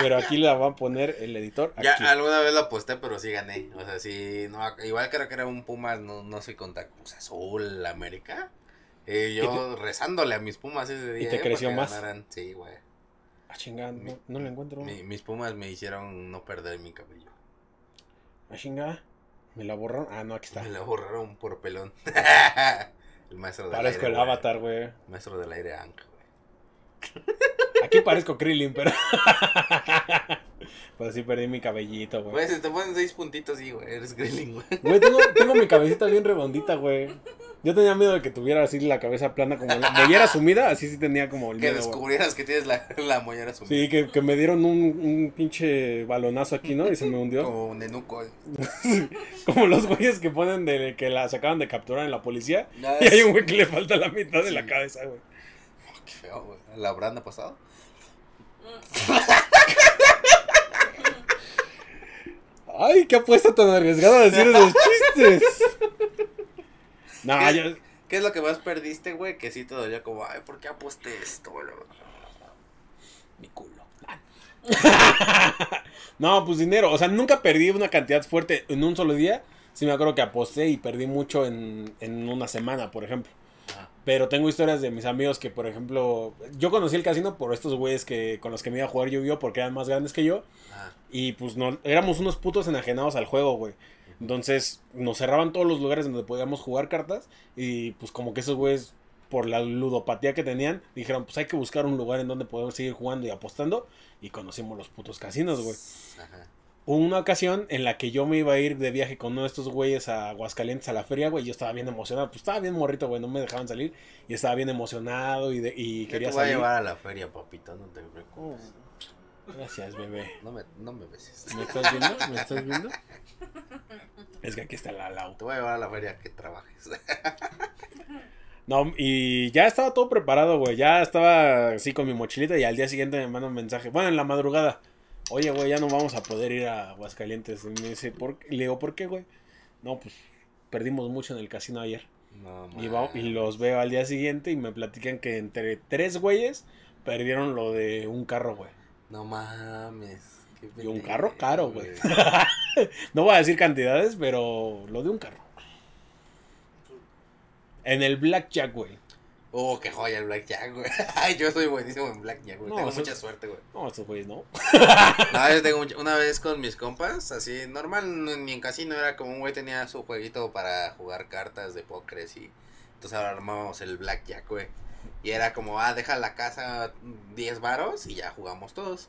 Speaker 2: Pero aquí la va a poner el editor.
Speaker 1: Ya
Speaker 2: aquí.
Speaker 1: alguna vez lo aposté, pero sí gané. O sea, sí, no, igual creo que era un Pumas, no, no sé, contra Cruz Azul, América. Y yo rezándole a mis Pumas ese día.
Speaker 2: te
Speaker 1: eh,
Speaker 2: creció
Speaker 1: para que
Speaker 2: más?
Speaker 1: ganaran. Sí, güey.
Speaker 2: Ah, chinga, no, no la encuentro.
Speaker 1: Mi- mis Pumas me hicieron no perder mi cabello.
Speaker 2: Ah, chinga. Me la borraron. Ah, no, aquí está.
Speaker 1: Me lo borraron por pelón. el maestro del
Speaker 2: Parezco
Speaker 1: aire,
Speaker 2: el
Speaker 1: güey.
Speaker 2: avatar, güey.
Speaker 1: Maestro del aire, Ang, güey.
Speaker 2: Aquí parezco Krillin, pero. Pues sí perdí mi cabellito, güey.
Speaker 1: Güey, se te ponen seis puntitos, sí, güey. Eres Grilling, güey.
Speaker 2: Güey, tengo, tengo mi cabecita bien redondita, güey. Yo tenía miedo de que tuviera así la cabeza plana, como la. Me viera sumida, así sí tenía como el
Speaker 1: Que
Speaker 2: miedo, güey.
Speaker 1: descubrieras que tienes la, la mollera sumida.
Speaker 2: Sí, que, que me dieron un, un pinche balonazo aquí, ¿no? Y se me hundió.
Speaker 1: Como un nenuco. güey.
Speaker 2: Como los güeyes que ponen de que las acaban de capturar en la policía.
Speaker 1: Nada,
Speaker 2: Y hay un güey que le falta la mitad de la
Speaker 1: Sí.
Speaker 2: cabeza, güey.
Speaker 1: Qué feo, güey. ¿La habrán pasado?
Speaker 2: Ay, qué apuesta tan arriesgada a decir esos chistes. No, yo,
Speaker 1: ¿Qué es lo que más perdiste, güey? Que sí te dolió como, ay, ¿por qué aposté esto, güey?
Speaker 2: Mi culo. no, pues dinero. O sea, nunca perdí una cantidad fuerte en un solo día. Sí me acuerdo que aposté y perdí mucho en, en una semana, por ejemplo.
Speaker 1: Ajá.
Speaker 2: Pero tengo historias de mis amigos que, por ejemplo, yo conocí el casino por estos güeyes que con los que me iba a jugar yo porque eran más grandes que yo.
Speaker 1: Ah,
Speaker 2: Y pues no, éramos unos putos enajenados al juego, güey. Entonces nos cerraban todos los lugares donde podíamos jugar cartas. Y pues como que esos güeyes, por la ludopatía que tenían, dijeron, pues hay que buscar un lugar en donde poder seguir jugando y apostando. Y conocimos los putos casinos, güey.
Speaker 1: ajá.
Speaker 2: Hubo una ocasión en la que yo me iba a ir de viaje con uno de estos güeyes a Aguascalientes a la feria, güey. y Yo estaba bien emocionado, pues estaba bien morrito, güey. No me dejaban salir. Y estaba bien emocionado y, de- y
Speaker 1: Yo te
Speaker 2: quería
Speaker 1: voy
Speaker 2: salir.
Speaker 1: a llevar a la feria, papito, no te preocupes.
Speaker 2: Gracias, bebé.
Speaker 1: No me, no me beses.
Speaker 2: ¿Me estás viendo? ¿Me estás viendo? Es que aquí está la Lau.
Speaker 1: Te voy a llevar a la feria que trabajes.
Speaker 2: No, y ya estaba todo preparado, güey. Ya estaba así con mi mochilita y al día siguiente me manda un mensaje. Bueno, en la madrugada. Oye, güey, ya no vamos a poder ir a Aguascalientes. Y me dice, ¿por qué? Le digo, ¿por qué, güey? No, pues perdimos mucho en el casino ayer.
Speaker 1: No,
Speaker 2: Y, va- y los veo al día siguiente y me platican que entre tres güeyes perdieron lo de un carro, güey.
Speaker 1: No mames. qué
Speaker 2: Y un
Speaker 1: pendejo,
Speaker 2: carro caro, güey. No voy a decir cantidades, pero lo de un carro. En el Blackjack, güey.
Speaker 1: Oh, qué joya el Blackjack, güey. Ay, yo soy buenísimo en Blackjack, güey.
Speaker 2: No,
Speaker 1: tengo
Speaker 2: eso-
Speaker 1: mucha suerte, güey.
Speaker 2: No, estos güeyes no.
Speaker 1: No, Ah, yo tengo mucha- una vez con mis compas, así, normal, no- ni en casino era como un güey tenía su jueguito para jugar cartas de póker y entonces ahora armábamos el blackjack, güey. Y era como, ah, deja la casa 10 varos y ya jugamos todos.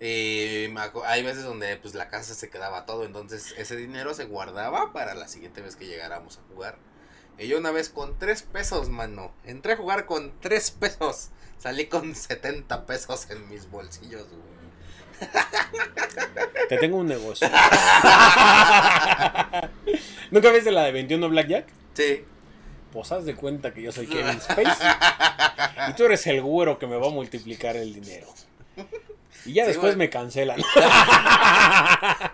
Speaker 1: Y me acu- hay veces donde pues la casa se quedaba todo, entonces ese dinero se guardaba para la siguiente vez que llegáramos a jugar. Y yo una vez con 3 pesos, mano, entré a jugar con 3 pesos, salí con 70 pesos en mis bolsillos, güey.
Speaker 2: Te tengo un negocio. ¿Nunca viste la de 21 Blackjack?
Speaker 1: Sí.
Speaker 2: Pues haz de cuenta que yo soy Kevin Spacey y tú eres el güero que me va a multiplicar el dinero. Y ya
Speaker 1: Sí,
Speaker 2: después
Speaker 1: güey.
Speaker 2: me cancelan.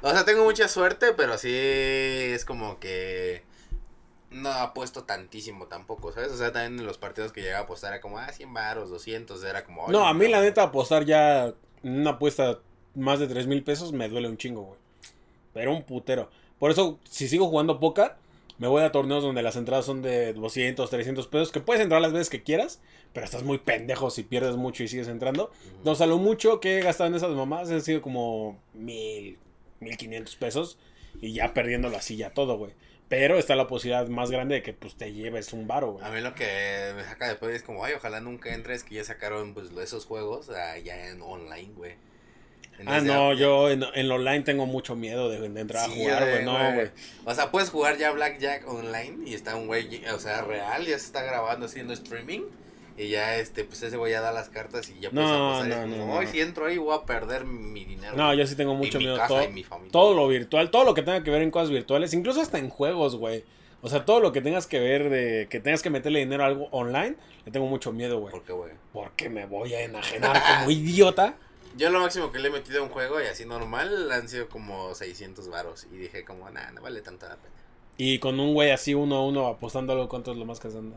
Speaker 1: O sea, tengo mucha suerte, pero sí es como que no apuesto tantísimo tampoco, ¿sabes? O sea, también en los partidos que llegaba a apostar era como, ah, 100 varos, 200, era como...
Speaker 2: No,
Speaker 1: "Oye,
Speaker 2: a mí la
Speaker 1: cabrón".
Speaker 2: neta apostar ya una apuesta más de 3 mil pesos me duele un chingo, güey. Pero un putero. Por eso, si sigo jugando póker, me voy a torneos donde las entradas son de 200, 300 pesos, que puedes entrar las veces que quieras, pero estás muy pendejo si pierdes mucho y sigues entrando.
Speaker 1: Ujú.
Speaker 2: Entonces, a lo mucho que he gastado en esas mamadas han sido como mil, mil quinientos pesos y ya perdiéndolo así ya todo, güey. Pero está la posibilidad más grande de que pues te lleves un varo, güey.
Speaker 1: A mí lo que me saca después es como, ay, ojalá nunca entres, que ya sacaron pues esos juegos ah, ya en online, güey.
Speaker 2: Ah,
Speaker 1: Entonces,
Speaker 2: no,
Speaker 1: ya-
Speaker 2: yo en, en lo online tengo mucho miedo de, de entrar a
Speaker 1: Sí,
Speaker 2: jugar,
Speaker 1: ya,
Speaker 2: güey. No, güey.
Speaker 1: O sea, puedes jugar ya Blackjack online y está un güey, o sea, real, ya se está grabando haciendo streaming. Y ya, este, pues ese güey ya da las cartas y ya
Speaker 2: No,
Speaker 1: apostar, y es
Speaker 2: no,
Speaker 1: como,
Speaker 2: no,
Speaker 1: "Ay,
Speaker 2: no.
Speaker 1: si entro ahí voy a perder mi dinero.
Speaker 2: No,
Speaker 1: güey,
Speaker 2: yo sí tengo
Speaker 1: y
Speaker 2: mucho
Speaker 1: mi
Speaker 2: miedo.
Speaker 1: casa
Speaker 2: Todo,
Speaker 1: y mi familia.
Speaker 2: todo lo virtual, todo lo que tenga que ver en cosas virtuales, incluso hasta en juegos, güey. O sea, todo lo que tengas que ver de que tengas que meterle dinero a algo online, le tengo mucho miedo, güey.
Speaker 1: Porque, güey.
Speaker 2: Porque me voy a enajenar como idiota.
Speaker 1: Yo lo máximo que le he metido a un juego y así normal han sido como 600 varos. Y dije, como, nada, no vale tanto la pena.
Speaker 2: Y con un güey así uno a uno apostando algo, ¿cuánto es lo más que se anda?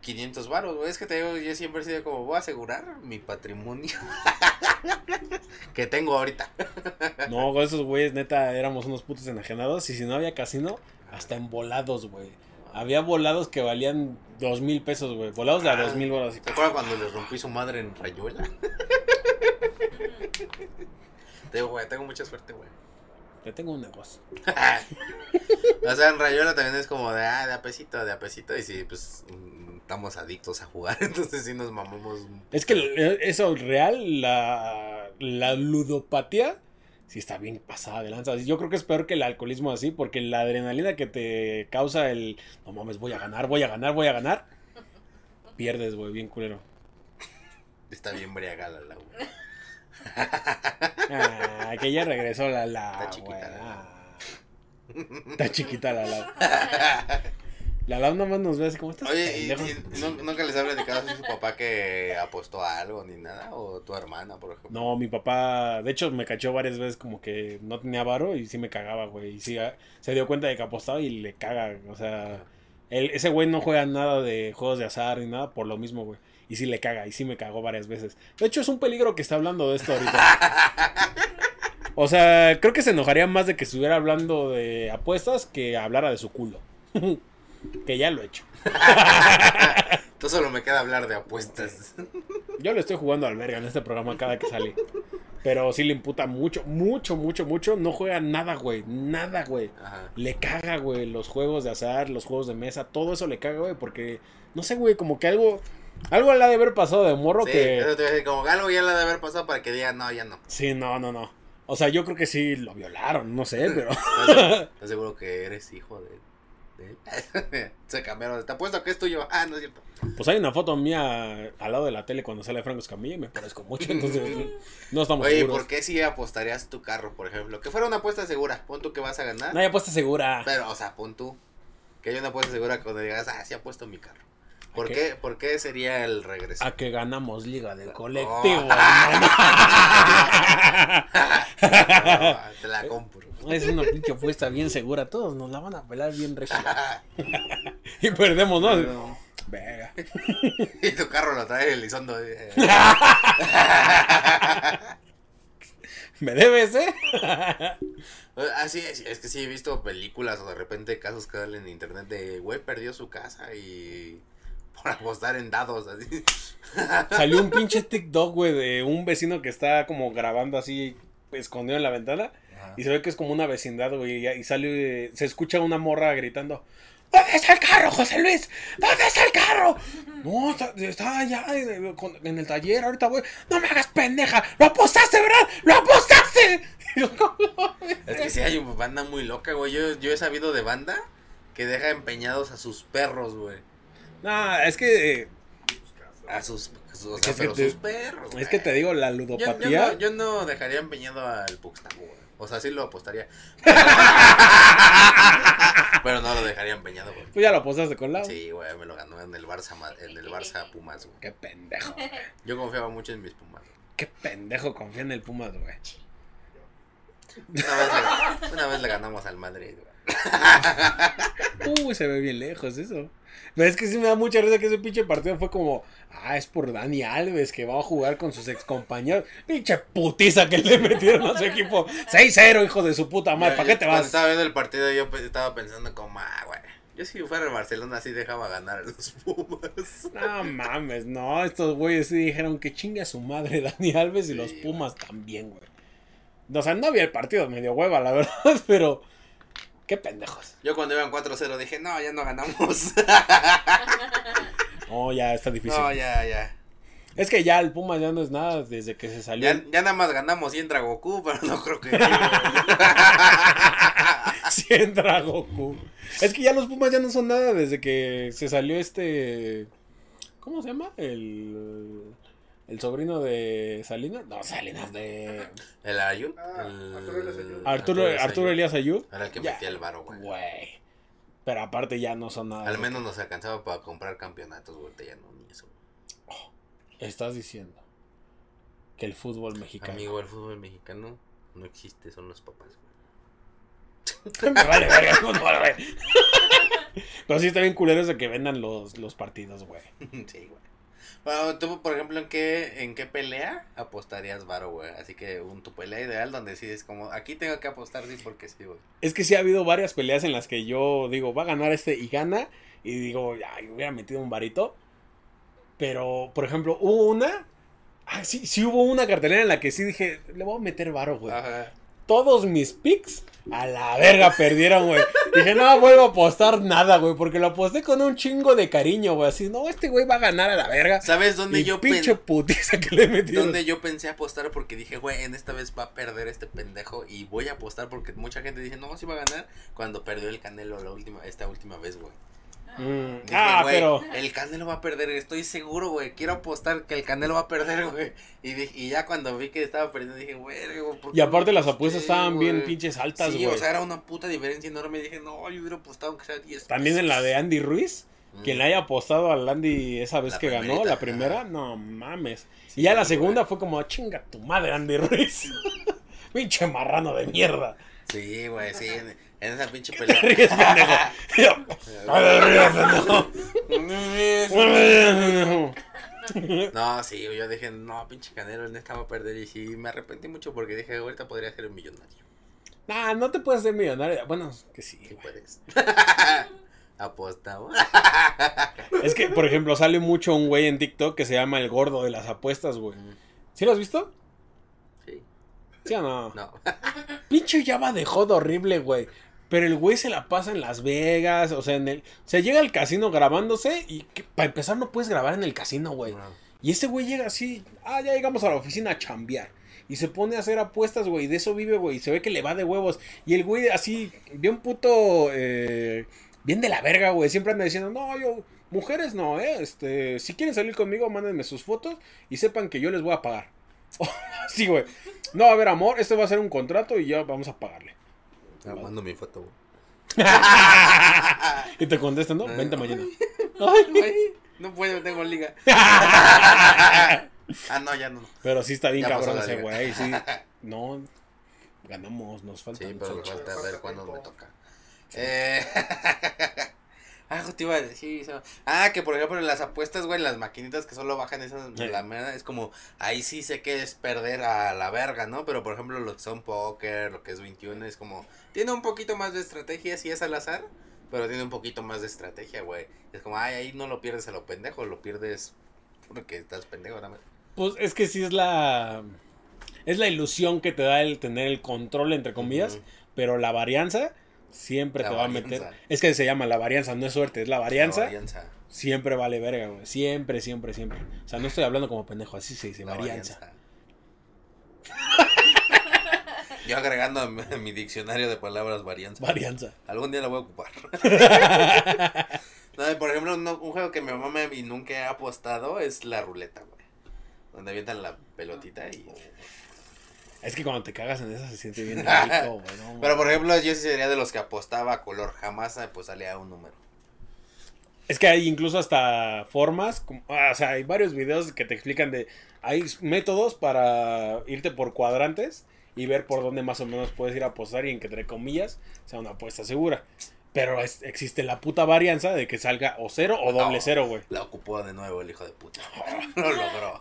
Speaker 1: 500 varos, güey. Es que te digo, yo siempre he sido como, voy a asegurar mi patrimonio que tengo ahorita.
Speaker 2: No, güey, esos güeyes, neta, éramos unos putos enajenados. Y si no había casino, hasta en volados, güey. Había volados que valían dos mil pesos, güey. Volados de a
Speaker 1: Ah.
Speaker 2: dos mil bolas.
Speaker 1: ¿Te acuerdas cuando les rompí su madre en Rayuela? Te digo, güey, tengo mucha suerte, güey.
Speaker 2: Te tengo un negocio.
Speaker 1: o sea, en Rayuela también es como de, ah, de apesito, de apesito. Y sí, pues mm, estamos adictos a jugar. Entonces sí nos mamamos. un-
Speaker 2: Es que eh, eso real, la, la ludopatía, sí está bien pasada de lanza. Yo creo que es peor que el alcoholismo así, porque la adrenalina que te causa el, no mames, voy a ganar, voy a ganar, voy a ganar, pierdes, güey, bien culero.
Speaker 1: Está bien briagada la güey.
Speaker 2: Ah, que ya regresó la la.
Speaker 1: Está chiquita
Speaker 2: güey.
Speaker 1: la la.
Speaker 2: Ah. Está chiquita la la. La la nada más nos ve así como estás.
Speaker 1: Oye, y,
Speaker 2: pendejo?"
Speaker 1: y nu- nunca les ha platicado así su papá que apostó a algo ni nada, o tu hermana, por ejemplo.
Speaker 2: No, mi papá, de hecho, me cachó varias veces como que no tenía varo y sí me cagaba, güey. Y sí, ah, se dio cuenta de que apostaba y le caga. O sea, él- ese güey no juega nada de juegos de azar ni nada por lo mismo, güey. Y sí le caga, y sí me cagó varias veces. De hecho, es un peligro que está hablando de esto ahorita. O sea, creo que se enojaría más de que estuviera hablando de apuestas que hablara de su culo. que ya lo he hecho.
Speaker 1: Entonces solo me queda hablar de apuestas.
Speaker 2: Yo le estoy jugando al verga en este programa cada que sale. Pero sí le imputa mucho, mucho, mucho, mucho. No juega nada, güey. Nada, güey.
Speaker 1: Ajá.
Speaker 2: Le caga, güey. Los juegos de azar, los juegos de mesa, todo eso le caga, güey. Porque, no sé, güey, como que algo. Algo le ha de haber pasado de morro
Speaker 1: Sí,
Speaker 2: que.
Speaker 1: eso te iba a decir, como Galo ya la de haber pasado para que diga, no, ya no.
Speaker 2: Sí, no, no, no. O sea, yo creo que sí lo violaron, no sé, pero.
Speaker 1: ¿Estás seguro que eres hijo de, de él? Se cambiaron, te apuesto que es tuyo. Ah, no es cierto.
Speaker 2: Pues hay una foto mía al lado de la tele cuando sale Franco Escamilla y me parezco mucho, entonces. No estamos
Speaker 1: Oye,
Speaker 2: seguros.
Speaker 1: ¿por qué si apostarías tu carro, por ejemplo? Que fuera una apuesta segura, pon tú que vas a ganar.
Speaker 2: No hay apuesta segura.
Speaker 1: Pero, o sea, pon tú. Que hay una apuesta segura cuando digas, ah, sí apuesto mi carro. ¿Por,
Speaker 2: Ok. Ah,
Speaker 1: qué, ¿Por qué sería el regreso?
Speaker 2: A que ganamos Liga del
Speaker 1: Oh.
Speaker 2: Colectivo, hermano.
Speaker 1: Ah, te la compro.
Speaker 2: Es una pinche apuesta bien segura. Todos nos la van a pelar bien recio. Y perdemos, ¿no? Verga.
Speaker 1: y tu carro lo trae Elizondo. eh.
Speaker 2: Ah. Me debes, ¿eh?
Speaker 1: Ah, sí, es, es que sí he visto películas o de repente casos que salen en internet de, güey, perdió su casa y por apostar en dados, así.
Speaker 2: Salió un pinche TikTok, güey, de un vecino que está como grabando así escondido en la ventana. Y se ve que es como una vecindad, güey. Y y sale, se escucha una morra gritando. ¿Dónde está el carro, José Luis? ¿Dónde está el carro? No, está, está allá en, con- en el taller ahorita, güey. No me hagas pendeja. Lo apostaste, ¿verdad? Lo apostaste. Y yo, "¿Cómo?".
Speaker 1: Es que sí hay una banda muy loca, güey. Yo, yo he sabido de banda que deja empeñados a sus perros, güey.
Speaker 2: no, es que, eh,
Speaker 1: A sus, sus- o
Speaker 2: Es que
Speaker 1: sea, pero
Speaker 2: te-
Speaker 1: sus perros.
Speaker 2: es que te digo, la ludopatía.
Speaker 1: Yo, yo no, yo no dejaría empeñado al Puxtago, güey. O sea, sí lo apostaría. Pero no lo dejaría empeñado, güey.
Speaker 2: Tú pues ya lo apostaste con Lau.
Speaker 1: Sí, güey, me lo ganó en el Barça, ma- en el Barça Pumas, güey.
Speaker 2: Qué pendejo. güey.
Speaker 1: Yo confiaba mucho en mis Pumas.
Speaker 2: Qué pendejo confía en el Pumas, güey.
Speaker 1: Una vez le, una vez le ganamos al Madrid, güey.
Speaker 2: Uy, se ve bien lejos eso. Pero es que sí me da mucha risa que ese pinche partido fue como, ah, es por Dani Alves que va a jugar con sus excompañeros. Pinche putiza que le metieron a su equipo. 6-0, hijo de su puta madre. ¿Para Ah, qué te
Speaker 1: Cuando
Speaker 2: vas?
Speaker 1: estaba viendo el partido yo pe- estaba pensando como, ah, güey. Yo si fuera el Barcelona así dejaba ganar a los Pumas.
Speaker 2: No mames, no, estos güeyes sí dijeron que chingue a su madre Dani Alves y los
Speaker 1: Sí,
Speaker 2: Pumas también, güey. O sea, no había el partido, medio hueva, la verdad, pero qué pendejos.
Speaker 1: Yo cuando iban 4-0 dije, no, ya no ganamos.
Speaker 2: No, ya está difícil.
Speaker 1: no, ya, ya.
Speaker 2: Es que ya el Pumas ya no es nada desde que se salió.
Speaker 1: Ya, ya nada más ganamos y entra Goku, pero no creo que...
Speaker 2: Sí, entra Goku. Es que ya los Pumas ya no son nada desde que se salió este. ¿Cómo se llama? El. El sobrino de Salinas. No, Salinas de.
Speaker 1: ¿El Ayun?
Speaker 4: Ah,
Speaker 1: El-
Speaker 4: Arturo Elías Ayun.
Speaker 2: Arturo,
Speaker 1: Elías
Speaker 2: Arturo
Speaker 1: Ayun.
Speaker 2: Elías Ayub.
Speaker 1: Era el que
Speaker 2: Ya.
Speaker 1: metía el varo, güey.
Speaker 2: Güey. Pero aparte ya no son nada.
Speaker 1: Al
Speaker 2: de-
Speaker 1: menos nos alcanzaba para comprar campeonatos, güey. ahorita Ya no, ni eso.
Speaker 2: Estás diciendo que el fútbol mexicano.
Speaker 1: Amigo, el fútbol mexicano no existe, son los papás, güey.
Speaker 2: Me vale verga el fútbol, güey. Pero sí está bien culero eso que vendan los, los partidos, güey.
Speaker 1: Sí, güey. Bueno, tú, por ejemplo, ¿en qué, en qué pelea apostarías varo, güey? Así que un, tu pelea ideal donde decides como, aquí tengo que apostar sí porque sí, güey.
Speaker 2: Es que sí ha habido varias peleas en las que yo digo, va a ganar este y gana. Y digo, ay, hubiera metido un varito. Pero, por ejemplo, hubo una. Ah, sí, sí hubo una cartelera en la que sí dije, le voy a meter varo, güey.
Speaker 1: Ajá.
Speaker 2: todos mis picks a la verga perdieron, güey. Dije, no vuelvo a apostar nada, güey, porque lo aposté con un chingo de cariño, güey. Así, no, este güey va a ganar a la verga.
Speaker 1: ¿Sabes dónde
Speaker 2: Y
Speaker 1: yo, pen-
Speaker 2: pinche putiza que le metieron.
Speaker 1: dónde yo pensé apostar? Porque dije, güey, en esta vez va a perder este pendejo y voy a apostar porque mucha gente dice, no, sí va a ganar cuando perdió el Canelo la última, esta última vez, güey.
Speaker 2: Mm,
Speaker 1: Dije,
Speaker 2: ah,
Speaker 1: güey,
Speaker 2: pero
Speaker 1: El Canelo va a perder, estoy seguro, güey. Quiero apostar que el Canelo va a perder, güey. Y, dije- y ya cuando vi que estaba perdiendo, dije, güey, güey, ¿por qué
Speaker 2: y aparte
Speaker 1: no
Speaker 2: las
Speaker 1: aposté,
Speaker 2: apuestas estaban bien
Speaker 1: güey?"
Speaker 2: pinches altas,
Speaker 1: sí,
Speaker 2: güey.
Speaker 1: o sea, era una puta diferencia enorme. Dije, no, yo hubiera apostado aunque sea 10.
Speaker 2: También en la de Andy Ruiz,
Speaker 1: Mm.
Speaker 2: quien le haya apostado al Andy esa vez
Speaker 1: La
Speaker 2: que ganó,
Speaker 1: primerita,
Speaker 2: la primera,
Speaker 1: ajá.
Speaker 2: no mames.
Speaker 1: Sí,
Speaker 2: y ya la
Speaker 1: güey.
Speaker 2: segunda fue como, chinga tu madre, Andy Ruiz. pinche marrano de mierda.
Speaker 1: Sí, güey, sí. En, en esa pinche
Speaker 2: Te ríes, pendejo.
Speaker 1: pelea. no, sí, yo dije, no, pinche Canelo, en esta va a perder. Y sí, me arrepentí mucho porque dije, ahorita podría ser un millonario.
Speaker 2: Nah, no te puedes ser millonario. Bueno, que sí.
Speaker 1: ¿Qué
Speaker 2: güey.
Speaker 1: puedes? Apostaba.
Speaker 2: Es que, por ejemplo, sale mucho un güey en TikTok que se llama el gordo de las apuestas, güey. ¿Sí lo has visto?
Speaker 1: Sí,
Speaker 2: ¿Sí o no?
Speaker 1: no.
Speaker 2: Pinche Java de joda horrible, güey. Pero el güey se la pasa en Las Vegas, o sea, en el... Se llega al casino grabándose y para empezar no puedes grabar en el casino, güey.
Speaker 1: No.
Speaker 2: Y ese güey llega así, ah, ya llegamos a la oficina a chambear. Y se pone a hacer apuestas, güey, de eso vive, güey, y se ve que le va de huevos. Y el güey así, bien puto, eh, bien de la verga, güey, siempre anda diciendo, no, yo, mujeres no, eh, este, si quieren salir conmigo, mándenme sus fotos y sepan que yo les voy a pagar. sí, güey, no, a ver, amor, este va a ser un contrato y ya vamos a pagarle.
Speaker 1: Ah, mando mi foto, güey.
Speaker 2: Y te contestan, ¿no? Vente mañana.
Speaker 1: Ay, No puedo, tengo liga. Ah, no, ya no.
Speaker 2: Pero sí está bien
Speaker 1: Ya pasó
Speaker 2: cabrón
Speaker 1: la
Speaker 2: ese
Speaker 1: liga.
Speaker 2: güey, sí. No, ganamos, nos falta
Speaker 1: Sí,
Speaker 2: mucho.
Speaker 1: pero me
Speaker 4: ocho.
Speaker 1: falta ver
Speaker 4: Falta
Speaker 1: cuándo me
Speaker 4: tiempo.
Speaker 1: toca. Eh, algo te iba a decir. se me- Ah, que por ejemplo en las apuestas, güey, las maquinitas que solo bajan esas,
Speaker 2: Sí.
Speaker 1: la mierda, es como, ahí sí sé que es perder a la verga, ¿no? Pero por ejemplo lo que son póker, lo que es 21, es como, tiene un poquito más de estrategia, si es al azar, pero tiene un poquito más de estrategia, güey. Es como, ay, ahí no lo pierdes a lo pendejo, lo pierdes porque estás pendejo, nada más.
Speaker 2: Pues es que sí es la. Es la ilusión que te da el tener el control, entre comillas,
Speaker 1: Ujú.
Speaker 2: pero la varianza siempre
Speaker 1: La
Speaker 2: te va a
Speaker 1: varianza.
Speaker 2: meter. Es que se llama la varianza, no es suerte, es la varianza.
Speaker 1: La varianza.
Speaker 2: Siempre vale verga, güey. Siempre, siempre, siempre. O sea, no estoy hablando como pendejo, así se dice,
Speaker 1: La
Speaker 2: varianza.
Speaker 1: varianza. Yo agregando a mi, a mi diccionario de palabras varianza.
Speaker 2: Varianza.
Speaker 1: Algún día la voy a ocupar. No, por ejemplo, no- un juego que mi mamá me y nunca he apostado es la ruleta, güey. Donde avientan la pelotita y...
Speaker 2: Es que cuando te cagas en esa se siente bien rico, güey. no,
Speaker 1: Pero por ejemplo, yo sí sería de los que apostaba a color. Jamás apostaría a un número.
Speaker 2: Es que hay incluso hasta formas, como- ah, o sea, hay varios videos que te explican de, hay métodos para irte por cuadrantes y ver por dónde más o menos puedes ir a apostar y en que, entre comillas, sea una apuesta segura. Pero es- existe la puta varianza de que salga o cero o doble
Speaker 1: No.
Speaker 2: cero, güey.
Speaker 1: La ocupó de nuevo el hijo de puta. Lo logró.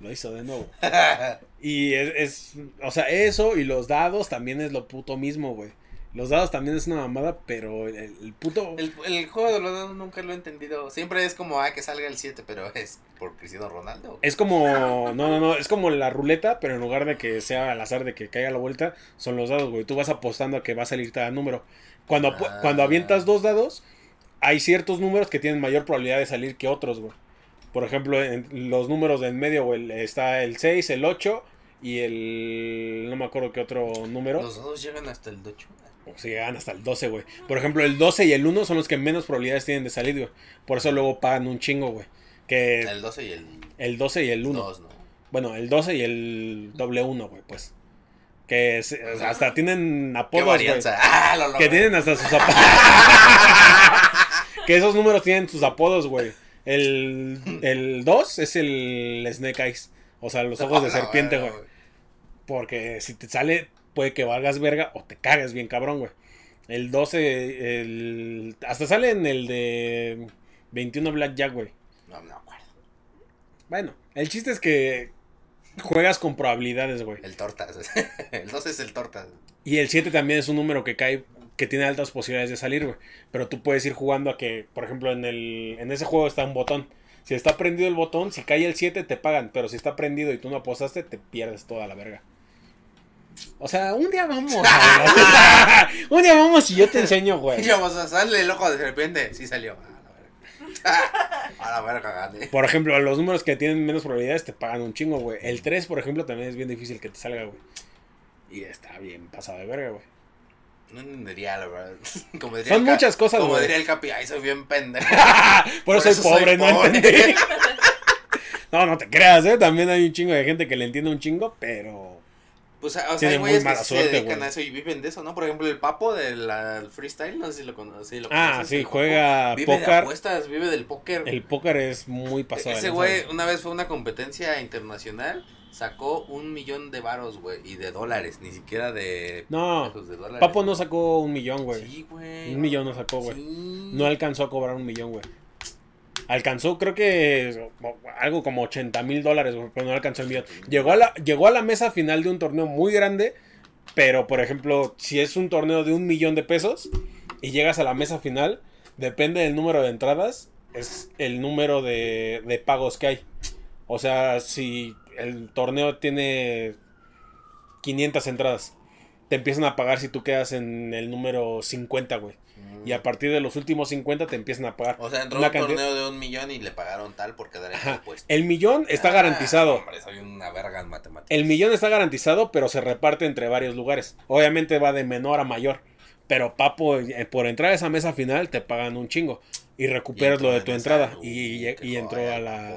Speaker 2: Lo hizo de nuevo. Y es, es- o sea, eso y los dados también es lo puto mismo, güey. Los dados también es una mamada, pero el, el puto...
Speaker 1: El, el juego de los dados nunca lo he entendido. Siempre es como, ah, que salga el 7, pero es por Cristiano Ronaldo.
Speaker 2: Es como... No, no, no, es como la ruleta, pero en lugar de que sea al azar de que caiga la vuelta, son los dados, güey. Tú vas apostando a que va a salir cada número. Cuando, apu-
Speaker 1: Ah.
Speaker 2: cuando avientas dos dados, hay ciertos números que tienen mayor probabilidad de salir que otros, güey. Por ejemplo, en los números del medio, güey, está el 6, el 8 y el... No me acuerdo qué otro número.
Speaker 1: Los dados llegan hasta el 8.
Speaker 2: O sea, llegan hasta el 12, güey. Por ejemplo, el 12 y el 1 son los que menos probabilidades tienen de salir, güey. Por eso luego pagan un chingo, güey. Que
Speaker 1: El 12 y el
Speaker 2: el 12 y el 1.
Speaker 1: 2, ¿no?
Speaker 2: Bueno, el 12 y el doble 1, güey, pues. Que es- o sea, hasta tienen
Speaker 1: ¡Qué
Speaker 2: apodos, güey.
Speaker 1: varianza! ¡Ah, lo logró!
Speaker 2: Que tienen hasta sus apodos. que esos números tienen sus apodos, güey. El, el 2 es el Snake Eyes. O sea, los ojos de
Speaker 1: No, no,
Speaker 2: serpiente,
Speaker 1: no,
Speaker 2: güey. Porque si te sale, puede que valgas verga o te cagues bien cabrón, güey. El 12, el... Hasta sale en el de 21 Blackjack, güey.
Speaker 1: No me acuerdo.
Speaker 2: Bueno, el chiste es que juegas con probabilidades, güey.
Speaker 1: El tortas. El 12 es el tortas.
Speaker 2: Y el 7 también es un número que cae, que tiene altas posibilidades de salir, güey. Pero tú puedes ir jugando a que, por ejemplo, en, el, en ese juego está un botón. Si está prendido el botón, si cae el 7 te pagan. Pero si está prendido y tú no apostaste, te pierdes toda la verga. O sea, un día vamos. güey. un día vamos y yo te enseño, güey.
Speaker 1: Y vamos a sale el ojo de serpiente. Sí salió. A la verga. A la verga, gané.
Speaker 2: Por ejemplo, los números que tienen menos probabilidades te pagan un chingo, güey. El 3, por ejemplo, también es bien difícil que te salga, güey. Y está bien pasado de verga, güey.
Speaker 1: No entendería, la verdad. Como diría
Speaker 2: Son
Speaker 1: el ca-
Speaker 2: muchas cosas,
Speaker 1: Como
Speaker 2: güey.
Speaker 1: diría el capi, ay, soy bien pendejo.
Speaker 2: Por, eso soy pobre, no entendí. No, no te creas, ¿eh? También hay un chingo de gente que le entiende un chingo, pero...
Speaker 1: Pues, o sea,
Speaker 2: Tiene
Speaker 1: hay
Speaker 2: muy
Speaker 1: güeyes que
Speaker 2: mala
Speaker 1: sí
Speaker 2: suerte,
Speaker 1: se dedican
Speaker 2: güey.
Speaker 1: a eso y viven de eso, ¿no? Por ejemplo, el papo del ah, freestyle, no sé si lo conoces. si lo
Speaker 2: Ah,
Speaker 1: conoces,
Speaker 2: sí,
Speaker 1: el Papo.
Speaker 2: juega
Speaker 1: Vive de
Speaker 2: póker.
Speaker 1: apuestas, vive del póker.
Speaker 2: El póker es muy pasado. de
Speaker 1: Ese
Speaker 2: lanza,
Speaker 1: güey una vez fue a una competencia internacional, sacó un millón de varos, güey, y de dólares, ni siquiera de...
Speaker 2: No,
Speaker 1: pesos, de dólares.
Speaker 2: Papo no sacó un millón, güey.
Speaker 1: Sí, güey.
Speaker 2: un millón no sacó, güey.
Speaker 1: Sí.
Speaker 2: No alcanzó a cobrar un millón, güey. Alcanzó, creo que o- algo como 80 mil dólares, güey, pero no alcanzó el millón. Llegó a, la, llegó a la mesa final de un torneo muy grande, pero por ejemplo, si es un torneo de un millón de pesos y llegas a la mesa final, depende del número de entradas, es el número de, de pagos que hay. O sea, si el torneo tiene 500 entradas, te empiezan a pagar si tú quedas en el número 50, güey. Y a partir de los últimos 50 te empiezan a pagar.
Speaker 1: O sea, entró a
Speaker 2: una
Speaker 1: un
Speaker 2: cantidad-
Speaker 1: torneo de un millón y le pagaron tal por quedar en el
Speaker 2: Ajá.
Speaker 1: puesto.
Speaker 2: El millón está
Speaker 1: Ah,
Speaker 2: garantizado.
Speaker 1: Hombre, soy una verga en matemáticas.
Speaker 2: El millón está garantizado, pero se reparte entre varios lugares. Obviamente va de menor a mayor. Pero papo, eh, por entrar a esa mesa final te pagan un chingo. Y recuperas lo de tu entrada. Y, y- y entró a la,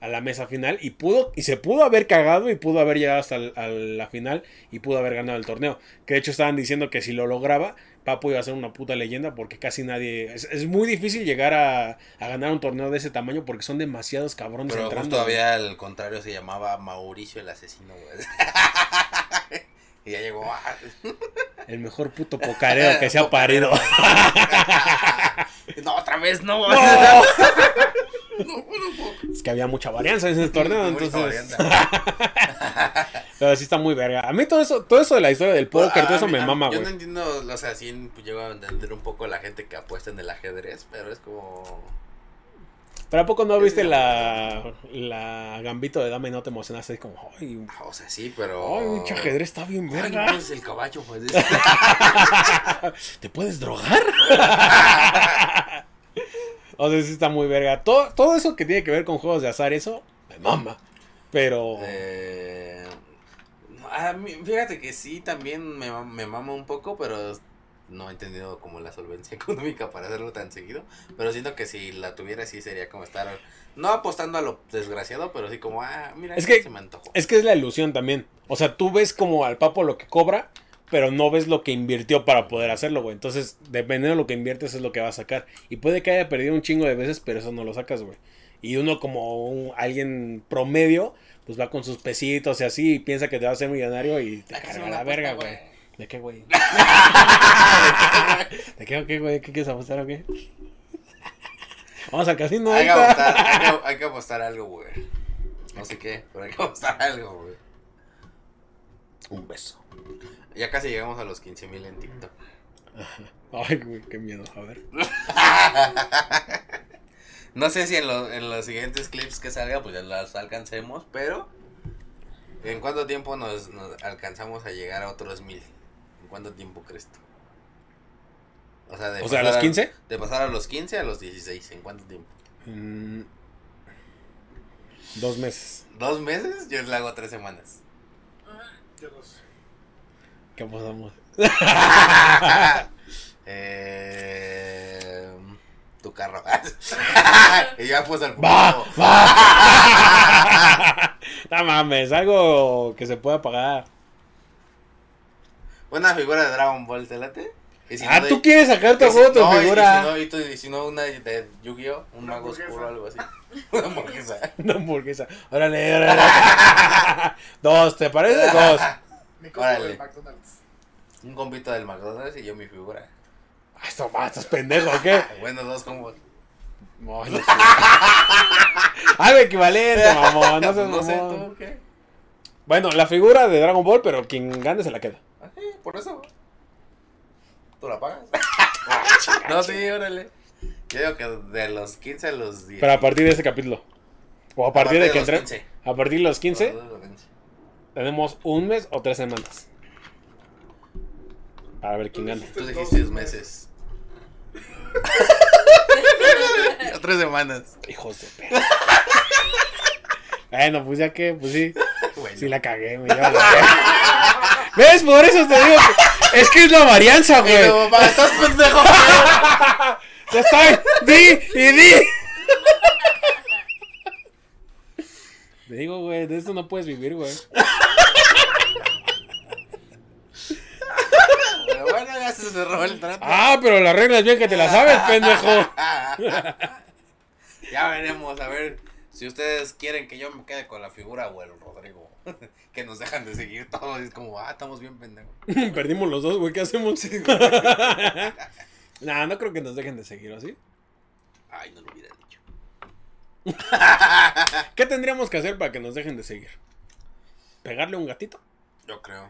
Speaker 2: a la mesa final. Y pudo, y se pudo haber cagado y pudo haber llegado hasta el- a la final. Y pudo haber ganado el torneo. Que de hecho estaban diciendo que si lo lograba, Papo iba a ser una puta leyenda. Porque casi nadie. Es, es muy difícil llegar a, a ganar un torneo de ese tamaño. Porque son demasiados cabrones
Speaker 1: Pero
Speaker 2: entrando.
Speaker 1: justo había al contrario, se llamaba Mauricio el asesino, güey. y ya llegó. ah,
Speaker 2: El mejor puto pocareo que se ha parido.
Speaker 1: no, otra vez no.
Speaker 2: Es que había mucha varianza en ese torneo,
Speaker 1: Mucha
Speaker 2: entonces.
Speaker 1: variante.
Speaker 2: Pero sí está muy verga. A mí todo eso, todo eso de la historia del póker,
Speaker 1: Ah,
Speaker 2: todo eso
Speaker 1: a mí-
Speaker 2: me
Speaker 1: a-
Speaker 2: mama,
Speaker 1: Yo
Speaker 2: güey.
Speaker 1: no entiendo, o sea, sí llego a entender un poco la gente que apuesta en el ajedrez, pero es como.
Speaker 2: Pero a poco no viste la, la gambito de dama y no te emocionaste como, ay,
Speaker 1: ah, O sea, sí, pero.
Speaker 2: ay, mucho ajedrez está bien
Speaker 1: Ay,
Speaker 2: verga.
Speaker 1: no, es el caballo, pues.
Speaker 2: ¿Te puedes drogar? o sea, sí está muy verga. Todo, todo eso que tiene que ver con juegos de azar, eso me mama. Pero
Speaker 1: Eh, a mí- fíjate que sí, también me, ma- me mama un poco, pero no he entendido como la solvencia económica para hacerlo tan seguido. Pero siento que si la tuviera, sí sería como estar, no apostando a lo desgraciado, pero sí como, ah, mira,
Speaker 2: Es
Speaker 1: esto
Speaker 2: que-
Speaker 1: se me antojó.
Speaker 2: es que es la ilusión también. O sea, tú ves como al papo lo que cobra, pero no ves lo que invirtió para poder hacerlo, güey. Entonces, dependiendo de lo que inviertes es lo que va a sacar. Y puede que haya perdido un chingo de veces, pero eso no lo sacas, güey. Y uno como un- alguien promedio, pues va con sus pesitos y así, y piensa que te va a hacer millonario y te
Speaker 1: Hay que hacer
Speaker 2: carga
Speaker 1: Ah, una
Speaker 2: la verga,
Speaker 1: apuesta,
Speaker 2: güey.
Speaker 1: güey.
Speaker 2: ¿De qué, güey? ¿De qué, o qué, güey? ¿Qué quieres apostar o qué? Vamos al casino.
Speaker 1: Hay que
Speaker 2: ahorita.
Speaker 1: apostar, hay que, hay que apostar algo, güey. No sé qué, pero hay que apostar algo, güey.
Speaker 2: Un beso.
Speaker 1: Ya casi llegamos a los 15 mil en TikTok.
Speaker 2: Ay, güey, qué miedo. A ver.
Speaker 1: No sé si en, lo- en los siguientes clips que salga, pues ya las alcancemos, pero ¿en cuánto tiempo nos, nos alcanzamos a llegar a otros mil? ¿En cuánto tiempo crees tú? O sea, de
Speaker 2: O sea, ¿a
Speaker 1: pasar
Speaker 2: los 15?
Speaker 1: De pasar a los 15 a los 16, ¿en cuánto tiempo?
Speaker 2: Mm, dos meses.
Speaker 1: ¿Dos meses? Yo le hago tres semanas.
Speaker 4: Yo no sé.
Speaker 2: ¿Qué apostamos?
Speaker 1: Eh, tu carro. y yo apuesto al
Speaker 2: ¡Va!
Speaker 1: fútbol.
Speaker 2: ¡Va! no mames, algo que se pueda pagar.
Speaker 1: Una figura de Dragon Ball, ¿te late? Y si
Speaker 2: ah,
Speaker 1: no de-
Speaker 2: tú quieres sacar tu
Speaker 1: y si-
Speaker 2: juego, tu
Speaker 1: no, y-
Speaker 2: figura.
Speaker 1: Y si, no, y tú- y si no, una de Yu-Gi-Oh, un
Speaker 4: Una
Speaker 1: mago
Speaker 4: hamburguesa.
Speaker 1: oscuro o algo así. Una hamburguesa.
Speaker 2: Una hamburguesa. Órale, órale. dos, ¿te parece? Dos. Ah,
Speaker 4: Mi combo
Speaker 1: Órale.
Speaker 4: de McDonald's.
Speaker 1: Un compito del McDonald's y yo mi figura.
Speaker 2: Esto va, estás pendejo, ¿o ¿qué?
Speaker 1: Bueno, dos combos.
Speaker 2: Ah, No, no sé. Algo equivalente, mamón. No seas
Speaker 1: sé,
Speaker 2: mamón.
Speaker 1: ¿tú qué?
Speaker 2: Bueno, la figura de Dragon Ball, pero quien gane se la queda.
Speaker 1: Ah, sí, por eso. ¿Tú la pagas?
Speaker 4: Ah,
Speaker 1: no, sí, órale. Yo digo que de los 15 a los 10.
Speaker 2: Pero a partir de este capítulo. O a partir, de que
Speaker 1: los
Speaker 2: entre.
Speaker 1: 15.
Speaker 2: A partir de los 15,
Speaker 1: Los 15.
Speaker 2: tenemos un mes o tres semanas. Para ver quién gana.
Speaker 1: Tú dijiste dos meses. Ya tres semanas.
Speaker 2: Hijos de perra. Bueno, pues ya que, pues sí.
Speaker 1: Bueno.
Speaker 2: Sí la cagué, me lleva la verga. ¿Ves? Por eso te digo que- Es que es la varianza,
Speaker 1: Y
Speaker 2: güey.
Speaker 1: luego, papá, estás pendejo.
Speaker 2: Ya está. Di y di. Te digo, güey, de esto no puedes vivir, güey.
Speaker 1: Pero bueno, ya se cerró el trato.
Speaker 2: Ah, pero la regla es bien que te la sabes, pendejo.
Speaker 1: ya veremos, a ver si ustedes quieren que yo me quede con la figura o el Rodrigo. que nos dejan de seguir todos. y Es como, ah, estamos bien pendejos.
Speaker 2: Perdimos los dos, güey, ¿qué hacemos? nah, no creo que nos dejen de seguir, ¿o sí?
Speaker 1: Ay, no lo hubiera dicho.
Speaker 2: ¿Qué tendríamos que hacer para que nos dejen de seguir? ¿Pegarle a un gatito?
Speaker 1: Yo creo.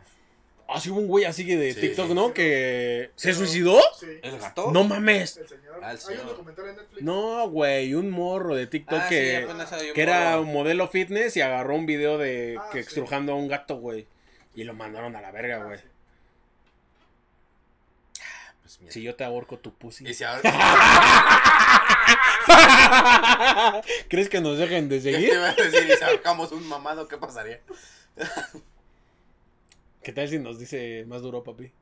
Speaker 2: Ah, sí, hubo un güey así de
Speaker 1: Sí,
Speaker 2: TikTok,
Speaker 1: sí,
Speaker 2: ¿no?
Speaker 4: sí.
Speaker 2: Que se suicidó.
Speaker 4: Sí.
Speaker 1: ¿El gato?
Speaker 2: No mames.
Speaker 4: El señor.
Speaker 1: Ah, el
Speaker 4: Hay
Speaker 1: señor.
Speaker 4: un documental en Netflix.
Speaker 2: No, güey, un morro de TikTok
Speaker 1: Ah, sí,
Speaker 2: que,
Speaker 1: apenas hay un
Speaker 2: que era
Speaker 1: morro.
Speaker 2: un modelo fitness y agarró un video de
Speaker 4: Ah,
Speaker 2: que
Speaker 4: sí.
Speaker 2: extrujando a un gato, güey. Y lo mandaron a la verga,
Speaker 4: Ah,
Speaker 2: güey.
Speaker 4: sí.
Speaker 1: Pues mira.
Speaker 2: Si yo te ahorco tu pussy.
Speaker 1: Y si ahora.
Speaker 2: ¿Crees que nos dejen de
Speaker 1: Yo te
Speaker 2: seguir?
Speaker 1: iba a decir, y si ahorcamos un mamado, ¿qué pasaría?
Speaker 2: ¿Qué tal si nos dice más duro, papi?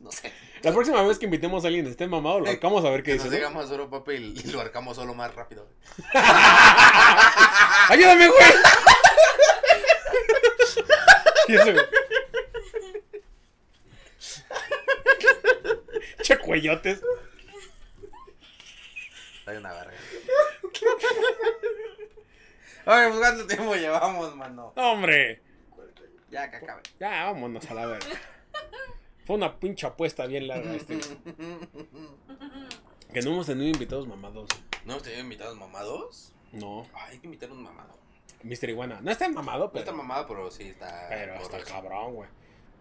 Speaker 1: No sé.
Speaker 2: La próxima vez que invitemos a alguien esté mamado, lo ahorcamos a ver qué
Speaker 1: Que nos
Speaker 2: dice.
Speaker 1: diga
Speaker 2: ¿no?
Speaker 1: más duro, papi, y y lo ahorcamos solo más rápido. "Ah".
Speaker 2: ¡Ayúdame, güey! ¿Qué es eso, güey? Che cuellotes.
Speaker 1: Hay una verga. Oye, pues cuánto tiempo llevamos, mano.
Speaker 2: ¡Hombre!
Speaker 1: Ya que acabe.
Speaker 2: Ya, vámonos a la verga. Fue una pinche apuesta bien larga este. güey. Que no hemos tenido invitados mamados.
Speaker 1: ¿No hemos tenido invitados mamados?
Speaker 2: No.
Speaker 1: Ay, hay que invitar un mamado.
Speaker 2: Mr. Iguana. No está mamado,
Speaker 1: No está
Speaker 2: pero.
Speaker 1: mamado, pero sí está.
Speaker 2: pero está
Speaker 1: gordo.
Speaker 2: cabrón, güey.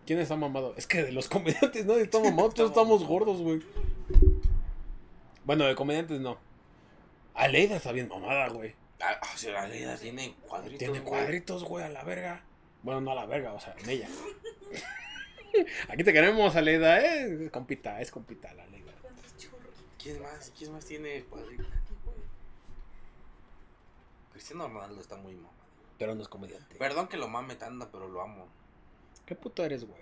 Speaker 2: ¿Quién está mamado? Es que de los comediantes nadie está mamado. Todos
Speaker 1: Estamos
Speaker 2: estamos
Speaker 1: mamados.
Speaker 2: gordos, güey. Bueno, de comediantes no. Aleida está bien mamada, güey.
Speaker 1: Ah, ah, sí, la Leida tiene cuadritos.
Speaker 2: Tiene
Speaker 1: güey.
Speaker 2: cuadritos, güey, a la verga. Bueno, no a la verga, o sea, en ella. Aquí te queremos, Aleida, ¿eh? Es Compita, es compita, la Aleida.
Speaker 1: ¿Quién más? ¿Quién más tiene cuadritos? Cristiano Ronaldo está muy mamado.
Speaker 2: Pero no es comediante.
Speaker 1: Perdón que lo mame tanto, pero lo amo.
Speaker 2: ¿Qué puto eres, güey?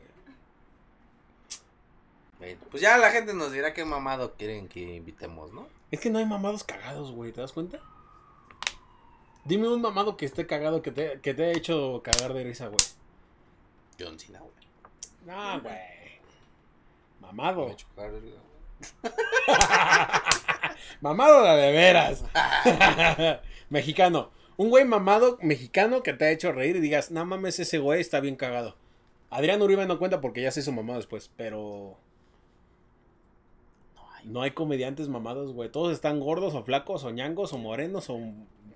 Speaker 1: Bueno, pues ya la gente nos dirá qué mamado quieren que invitemos, ¿no?
Speaker 2: Es que no hay mamados cagados, güey, ¿te das cuenta? Dime un mamado que esté cagado, que te, que te ha hecho cagar de risa, güey.
Speaker 1: John Cena, güey.
Speaker 2: No, güey. Mamado.
Speaker 1: Me chocó, güey.
Speaker 2: Mamadora de veras. mexicano. Un güey mamado mexicano que te ha hecho reír y digas, no mames, ese güey está bien cagado. Adrián Uribe no cuenta porque ya se hizo mamado después, pero. No hay, comediantes mamados, güey. Todos están gordos o flacos o ñangos o morenos o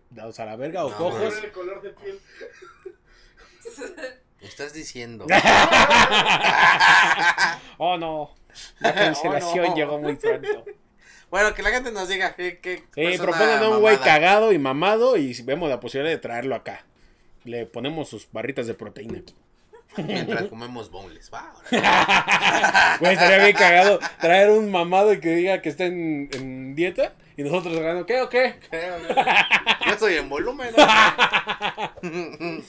Speaker 2: dados a la verga o
Speaker 1: No,
Speaker 2: cojos.
Speaker 1: mames.
Speaker 4: El color de piel.
Speaker 1: Estás diciendo.
Speaker 2: Oh no. La cancelación
Speaker 1: Oh, no.
Speaker 2: llegó muy pronto.
Speaker 1: bueno, que la gente nos diga qué. qué
Speaker 2: Sí,
Speaker 1: persona
Speaker 2: propongan a un güey
Speaker 1: Pues, mamada.
Speaker 2: cagado y mamado y si vemos la posibilidad de traerlo acá. Le ponemos sus barritas de proteína aquí.
Speaker 1: Mientras comemos boneless. Va, ahora.
Speaker 2: Güey, estaría bien cagado traer un mamado y que diga que está en, en dieta y nosotros ganando, ¿qué o qué?
Speaker 1: Yo estoy en volumen. ¿no?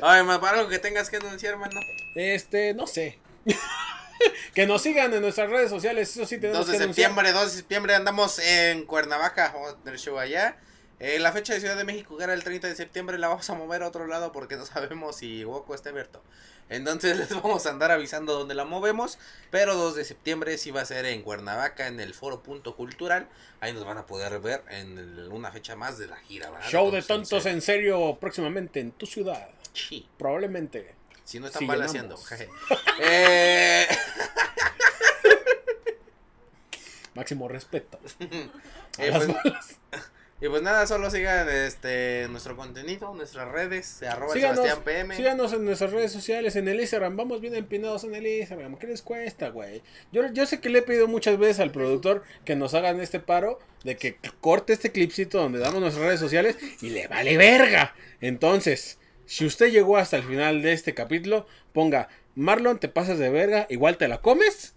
Speaker 1: Ay, más para algo que tengas que anunciar, hermano.
Speaker 2: Este, no sé. que nos sigan en nuestras redes sociales, eso sí
Speaker 1: 2
Speaker 2: tenemos
Speaker 1: de
Speaker 2: que anunciar.
Speaker 1: septiembre, 2 de septiembre andamos en Cuernavaca, vamos a tener show allá. Eh, la fecha de Ciudad de México, que era el 30 de septiembre, la vamos a mover a otro lado porque no sabemos si Woco está abierto. Entonces les vamos a andar avisando dónde la movemos. Pero 2 de septiembre sí va a ser en Cuernavaca, en el Foro Punto Cultural. Ahí nos van a poder ver en el- una fecha más de la gira. ¿verdad?
Speaker 2: Show de
Speaker 1: Entonces,
Speaker 2: tontos en serio próximamente en tu ciudad.
Speaker 1: sí.
Speaker 2: Probablemente.
Speaker 1: Si no están
Speaker 2: Si
Speaker 1: mal haciendo.
Speaker 2: llenamos.
Speaker 1: jeje. Eh,
Speaker 2: Máximo respeto. A
Speaker 1: eh,
Speaker 2: las
Speaker 1: pues,
Speaker 2: balas.
Speaker 1: y pues nada, solo sigan este nuestro contenido, nuestras redes, arroba el
Speaker 2: Síganos,
Speaker 1: Sebastián PM.
Speaker 2: síganos en nuestras redes sociales, en el Instagram. Vamos bien empinados en el Instagram. ¿Qué les cuesta, güey? Yo, yo sé que le he pedido muchas veces al productor que nos hagan este paro de que corte este clipcito donde damos nuestras redes sociales y le vale verga. Entonces, si usted llegó hasta el final de este capítulo, ponga Marlon, te pasas de verga, igual te la comes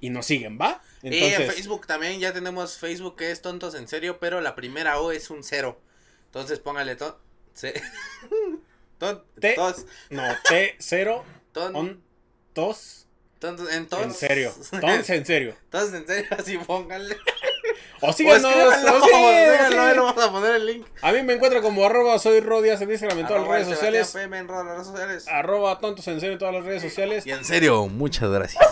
Speaker 2: y nos siguen, ¿va?
Speaker 1: Y en Facebook también, ya tenemos Facebook que es tontos en serio, pero la primera O es un cero. Entonces póngale ton... se- ton-
Speaker 2: Te-
Speaker 1: tos-
Speaker 2: No, T0,
Speaker 1: ton-
Speaker 2: on, tos,
Speaker 1: tontos- en tos-
Speaker 2: en serio. Tons, en serio.
Speaker 1: Tontos en serio, así póngale.
Speaker 2: O
Speaker 1: O
Speaker 2: síganos.
Speaker 1: escríbanlo,
Speaker 2: o sí,
Speaker 1: díganlo,
Speaker 2: o
Speaker 1: ahí
Speaker 2: sí.
Speaker 1: le vamos a poner el link.
Speaker 2: A mí me encuentra como arroba soy Rodias en Instagram en todas las
Speaker 1: Arroba el
Speaker 2: redes sociales. Ah,
Speaker 1: Sebastián PM en todas las redes sociales.
Speaker 2: Arroba tontos en serio en todas las redes sociales.
Speaker 1: Y en serio, muchas gracias.